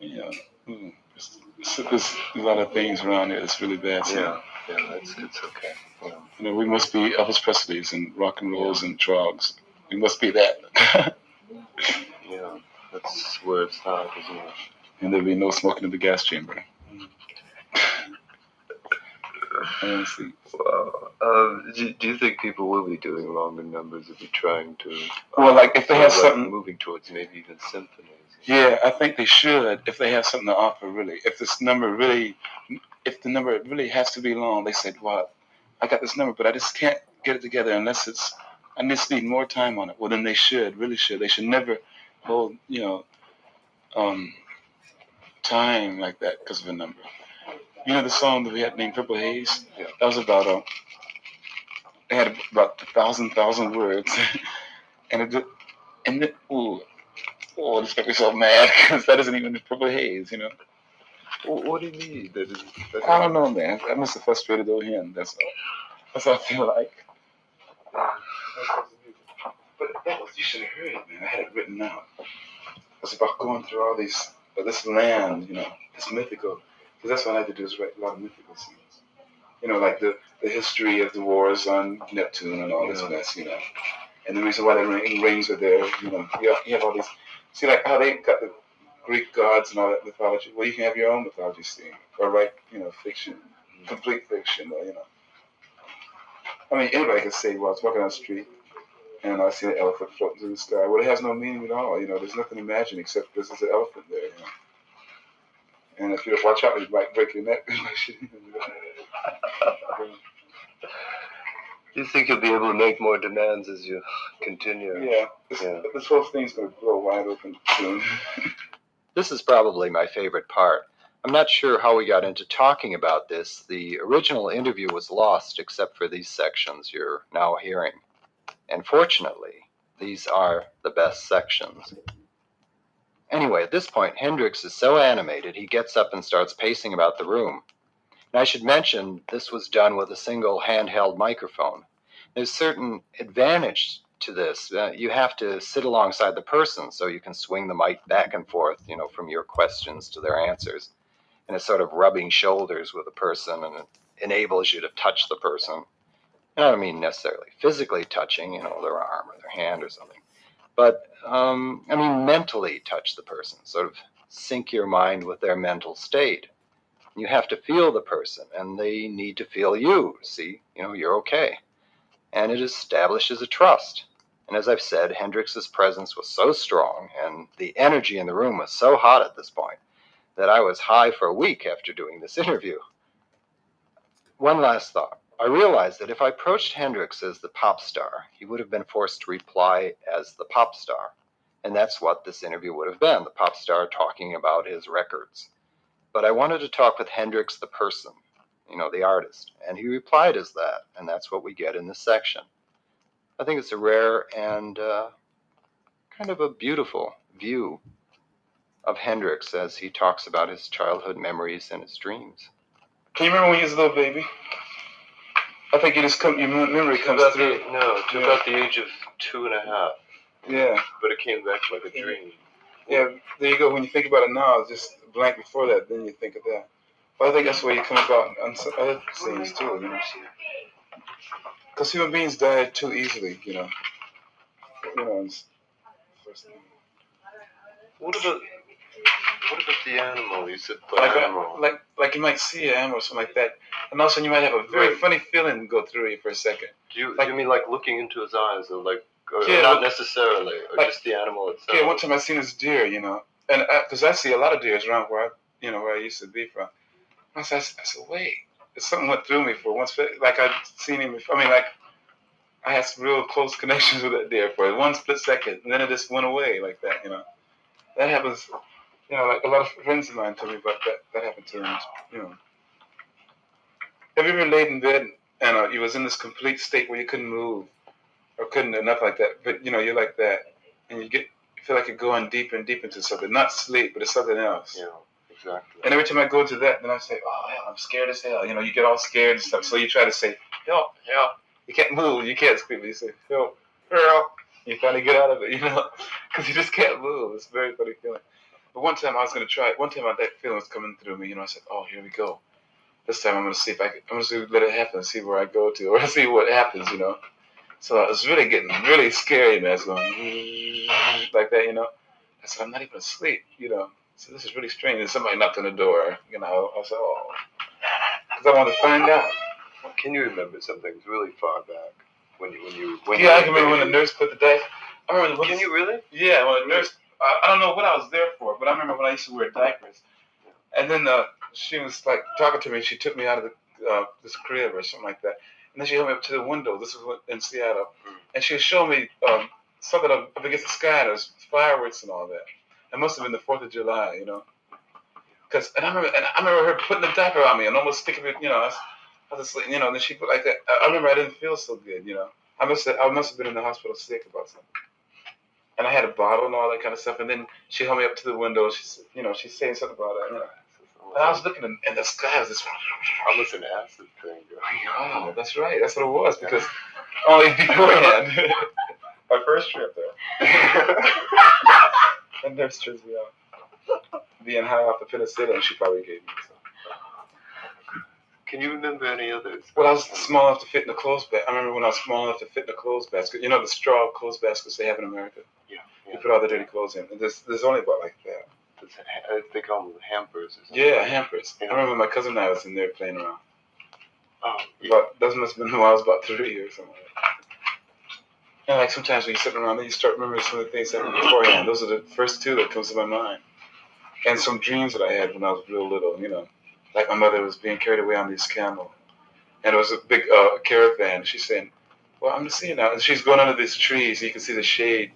you know, mm, it's, it's, there's a lot of things around here that's really bad. So, Yeah, yeah, it's it's okay. Yeah. You know, we must be Elvis Presleys and rock and rolls and trogs. We must be that, Yeah, that's where it's not, isn't it? and there'll be no smoking in the gas chamber. And see. Wow. Um, do, do you think people will be doing longer numbers if you're trying to? Well, like if they uh, or have like something, moving towards maybe even symphonies. yeah, I think they should. If they have something to offer, really. If this number really, if the number really has to be long, they said, "Well, I got this number, but I just can't get it together unless it's. I just need more time on it." Well, then they should really should. They should never hold you know um, time like that because of a number. You know the song that we had named Purple Haze. Yeah. That was about um. It had about a thousand thousand words, and it did- and it, ooh. Oh, this makes me so mad because that isn't even the purple haze, you know. What, what do you mean? That is, that I don't know, man. I must have frustrated old him. That's all. That's how I feel like. But that was you should have heard it, man. I had it written out. It was about going through all these, uh, this land, you know, this mythical. Because that's what I like to do is write a lot of mythical scenes. You know, like the, the history of the wars on Neptune and all this Yeah. mess, you know. And the reason why the ring, rings are there, you know, you have, you have all these. See, like how they got the Greek gods and all that mythology. Well, you can have your own mythology scene or write, you know, fiction, complete fiction, or, you know. I mean, anybody could say, well, I was walking down the street and I see an elephant floating through the sky. Well, it has no meaning at all. You know, there's nothing imagined except this is an elephant there. You know? And if you watch out, you might break your neck. Do you think you'll be able to make more demands as you continue? yeah, this, Yeah. this whole thing's going to blow wide open soon. This is probably my favorite part. I'm not sure how we got into talking about this. The original interview was lost except for these sections you're now hearing. And fortunately, these are the best sections. Anyway, at this point, Hendrix is so animated he gets up and starts pacing about the room. And I should mention this was done with a single handheld microphone. There's certain advantage to this. Uh, you have to sit alongside the person so you can swing the mic back and forth, you know, from your questions to their answers. And it's sort of rubbing shoulders with the person and it enables you to touch the person. And I don't mean necessarily physically touching, you know, their arm or their hand or something, but um, I mean mentally touch the person, sort of sync your mind with their mental state. You have to feel the person, and they need to feel you. See, you know, you're okay. And it establishes a trust. And as I've said, Hendrix's presence was so strong, and the energy in the room was so hot at this point, that I was high for a week after doing this interview. One last thought. I realized that if I approached Hendrix as the pop star, he would have been forced to reply as the pop star. And that's what this interview would have been the pop star talking about his records but I wanted to talk with Hendrix, the person, you know, the artist. And he replied as that, and that's what we get in this section. I think it's a rare and uh, kind of a beautiful view of Hendrix as he talks about his childhood memories and his dreams. Can you remember when you was a little baby? I think you just come, your mem- memory To comes about through. the, no, to Yeah. about the age of two and a half, Yeah, but it came back like a dream. yeah. There you go. When you think about it now, it's just blank before that. Then you think of that. But I think that's where you come about on s- other scenes too, you know. Because human beings die too easily, you know. You know. It's, What about what about the animal? You said the like, animal. like, like you might see an animal or something like that, and also you might have a very Right. funny feeling go through you for a second. do you like- you mean like looking into his eyes, or like, or, or Yeah, not like- necessarily, or like- just the animal itself? Yeah, one time I seen this deer, you know, and because I, see a lot of deers around where I, you know, where I used to be from. I said, I said, wait, something went through me for once. Like I'd seen him before. I mean, like I had some real close connections with that deer for one split second, and then it just went away like that, you know. That happens, you know. Like a lot of friends of mine told me about that. That happened to them, you know. Have you ever laid in bed and uh, you was in this complete state where you couldn't move or couldn't do nothing like that? But you know, you're like that, and you get you feel like you're going deep and deep into something. Not sleep, but it's something else. Yeah, exactly. And every time I go to that, then I say, "Oh, hell, I'm scared as hell." You know, you get all scared and stuff. So you try to say, "Help, help!" You can't move. You can't speak. But you say, "Help, help!" You finally get out of it, you know, because you just can't move. It's a very funny feeling. But one time I was gonna try. it. One time I, that feeling was coming through me. You know, I said, "Oh, here we go. This time I'm gonna see if I can, I'm just gonna let it happen. See where I go to, or see what happens." You know. So I was really getting really scary, man. It's going like that, you know. I said, "I'm not even asleep," you know. So this is really strange. And somebody knocked on the door. You know, I said, oh, because I want to find out. Can you remember something really far back when you when you when you yeah, I were can remember when the baby? nurse put the dice. I remember when Can you really? Yeah, when the nurse. I, I don't know what I was there for, but I remember when I used to wear diapers. And then uh, she was like talking to me. She took me out of the uh, this crib or something like that. And then she held me up to the window. This was in Seattle, and she was showing me um, something up, up against the sky. And there's fireworks and all that. It must have been the Fourth of July, you know. Cause and I remember and I remember her putting a diaper on me and almost sticking it, you know. I was, I was asleep, you know. And then she put like that. I, I remember I didn't feel so good, you know. I must have, I must have been in the hospital sick about something. And I had a bottle and all that kind of stuff. And then she held me up to the window. and She's you know she's saying something about it. you know. And I was looking and, and the sky was just almost an acid thing going on. wow. That's right. That's what it was because oh, only beforehand. My first trip there. That nurse tripped me out. Being high off the penicillin she probably gave me. So. Can you remember any others? Um, Well, I was small enough to fit in a clothes basket. I remember when I was small enough to fit in a clothes basket. You know the straw clothes baskets they have in America. Yeah, You yeah. put all the dirty clothes in. And there's, there's only about like that. That's- I think they call them hampers or something. Yeah, hampers. Yeah. I remember my cousin and I was in there playing around. Oh, yeah. But that must have been when I was about three or something. Like that. And like sometimes when you're sitting around, then you start remembering some of the things that happened beforehand. Those are the first two that comes to my mind, and some dreams that I had when I was real little. You know, like my mother was being carried away on this camel, and it was a big uh, caravan. She's saying, "Well, I'm just seeing now," and she's going under these trees. You can see the shade,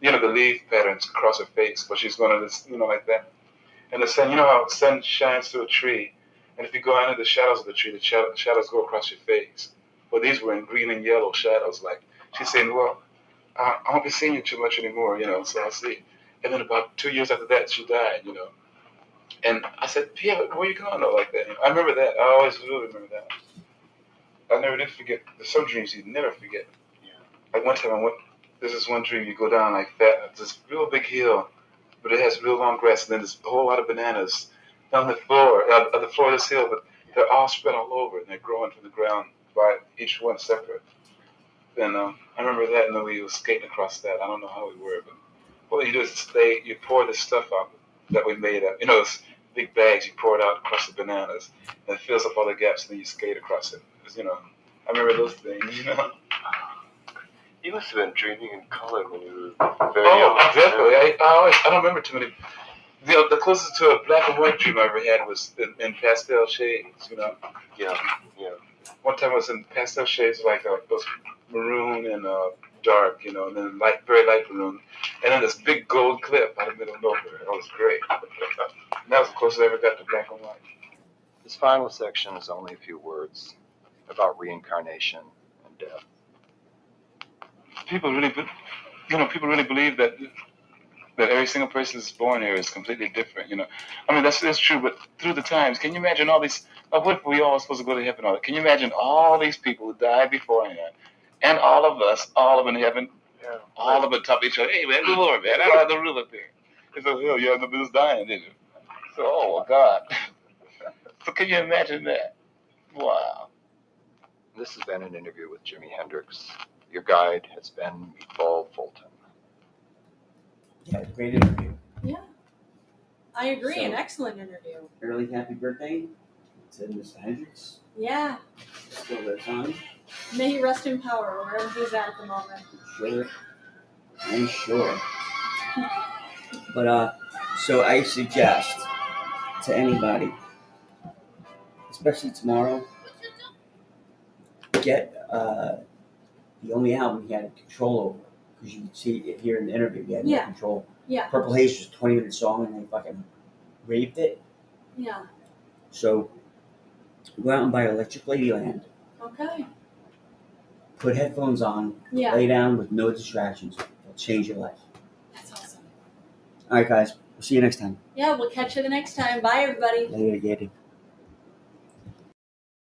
you know, the leaf patterns across her face. But she's going under this, you know, like that. And the sun, you know how the sun shines through a tree, and if you go under the shadows of the tree, the shadow- shadows go across your face. Well, these were in green and yellow shadows. Like she's saying, "Well, I, I won't be seeing you too much anymore," you know. So I see. And then about two years after that, she died, you know. And I said, "Pia, where you going?" though?" like that. I remember that. I always will remember that. I never did forget. There's some dreams you never forget. Yeah. Like one time I went. There's this one dream you go down like that. This real big hill, but it has real long grass, and then there's a whole lot of bananas on the floor, uh, on the floor of this hill, but they're all spread all over, and they're growing from the ground by each one separate. And um, I remember that, and then we were skating across that. I don't know how we were, but what you do is they you pour this stuff out that we made up. You know, it's big bags. You pour it out across the bananas, and it fills up all the gaps, and then you skate across it. It's, you know, I remember those things. You know. You must have been dreaming in color when you were very young. Oh, definitely. I, I always I don't remember too many. You know, the closest to a black and white dream I ever had was in, in pastel shades. You know, Yeah, yeah. one time I was in pastel shades like uh, those maroon and uh, dark. You know, and then light, very light maroon, and then this big gold clip out of the middle of nowhere. That was great. That was the closest I ever got to black and white. This final section is only a few words about reincarnation and death. people really, be- you know, people really believe that that every single person that's born here is completely different. You know, I mean that's that's true. But through the times, can you imagine all these? Like, what if we all supposed to go to heaven? and All that? Can you imagine all these people who died beforehand, and all of us, all of in heaven, Yeah. all of on top of each other. Hey man, move over, man. I don't have no room up here. It's like, hell, you had no business dying, did you? So, oh my God. so can you imagine that? Wow. This has been an interview with Jimi Hendrix. Your guide has been Meatball Fulton. Yeah, great interview. Yeah. I agree. An So- excellent interview. Early happy birthday to Mr. Hendrix. Yeah. Still lives on. May he rest in power wherever he's at at the moment. I'm sure. I'm sure. But uh, so I suggest to anybody, especially tomorrow, get uh, the only album he had control over because you can see it here in the interview he had no Yeah. control. Yeah. Purple Haze was a 20 minute song and they fucking raped it. Yeah. So go out and buy Electric Ladyland, Okay. put headphones on, Yeah. lay down with no distractions. It'll change your life. That's awesome. All right, guys. We'll see you next time. Yeah, we'll catch you the next time. Bye, everybody. Later, Yeti.